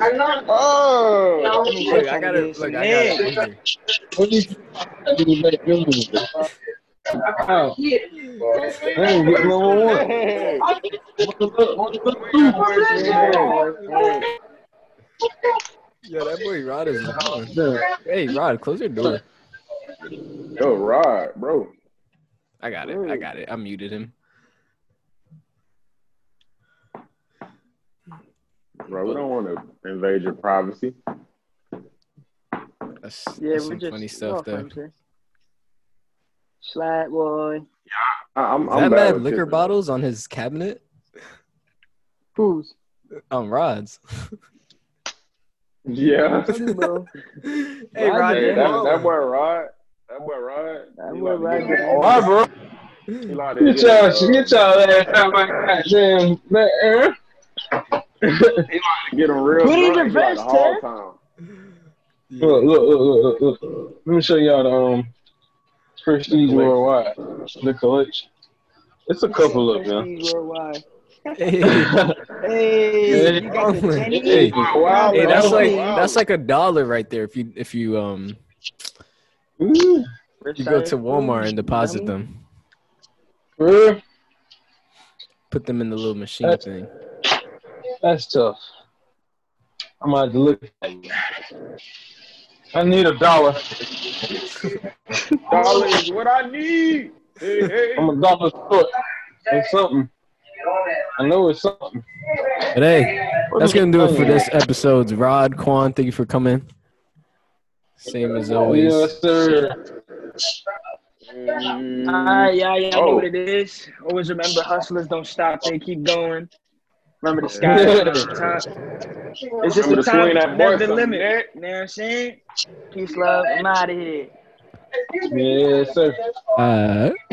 Speaker 7: I'm not.
Speaker 4: Oh,
Speaker 1: Look, I gotta look. I gotta.
Speaker 2: Yeah.
Speaker 1: Uber.
Speaker 3: What do you do to make them move? Wow. I ain't getting no one.
Speaker 4: hey,
Speaker 3: What the fuck? What the fuck?
Speaker 1: Yeah, that boy Rod is balling.
Speaker 3: Yeah.
Speaker 1: Hey, Rod, close your door.
Speaker 4: yo, Rod, bro.
Speaker 1: I got it. I got it. I muted him.
Speaker 4: Bro, we don't want to invade your privacy.
Speaker 1: That's,
Speaker 2: Yeah,
Speaker 1: that's
Speaker 2: we
Speaker 1: some
Speaker 2: just
Speaker 1: funny stuff though.
Speaker 2: Slide boy.
Speaker 4: I, I'm,
Speaker 1: That
Speaker 4: I'm
Speaker 1: man
Speaker 4: bad
Speaker 1: had
Speaker 4: with
Speaker 1: liquor
Speaker 4: tipping.
Speaker 1: bottles on his cabinet
Speaker 2: Who's?
Speaker 1: on Rod's.
Speaker 4: Yeah.
Speaker 2: bro.
Speaker 1: hey, Rod, you
Speaker 2: Rod, did
Speaker 4: Hey, that, that
Speaker 1: balling.
Speaker 4: boy Rod. That boy Rod.
Speaker 2: That
Speaker 4: he
Speaker 2: boy
Speaker 4: like to
Speaker 2: Rod
Speaker 4: get
Speaker 2: get
Speaker 4: it
Speaker 2: all-
Speaker 4: on.
Speaker 3: Why, bro?
Speaker 4: He like to
Speaker 3: Get
Speaker 4: get uh,
Speaker 3: y'all,
Speaker 4: it on.
Speaker 3: get y'all ass out my goddamn eh? man.
Speaker 4: Get him real
Speaker 2: Put it in the
Speaker 4: drunk, he like
Speaker 2: vest,
Speaker 4: the whole
Speaker 2: Ted.
Speaker 4: time.
Speaker 3: Look, look, look, look, look, look. Let me show y'all the um Prestige Worldwide, the collection. It's a couple of them.
Speaker 2: Prestige Worldwide.
Speaker 1: Hey,
Speaker 2: Hey, you got the
Speaker 1: Hey.
Speaker 2: Jenny.
Speaker 1: Hey.
Speaker 4: Wow,
Speaker 1: hey, that's like
Speaker 4: Wow.
Speaker 1: that's like a dollar right there. If you if you um
Speaker 3: Ooh,
Speaker 1: you go to Walmart and deposit them,
Speaker 3: for real?
Speaker 1: put them in the little machine
Speaker 3: That's-
Speaker 1: thing.
Speaker 3: That's tough. I'm gonna have to look. I need a dollar.
Speaker 4: Dollar is what I need. Hey, hey.
Speaker 3: I'm a dollar short. It's something. I know it's something.
Speaker 1: But hey, that's gonna do it for this episode's Rod Quan. Thank you for coming. Same as always.
Speaker 3: Yes, sir.
Speaker 4: Mm.
Speaker 2: Alright, y'all, y'all
Speaker 4: Oh.
Speaker 2: know what it is. Always remember, hustlers don't stop; they keep going. Remember the sky. is not the top. It's just the
Speaker 4: Remember to swing
Speaker 2: time.
Speaker 4: that boy
Speaker 2: That's the
Speaker 4: some
Speaker 2: limit.
Speaker 4: neck.
Speaker 2: You know what I'm saying? Peace, love. I'm out of here.
Speaker 3: Yes, sir.
Speaker 1: Uh,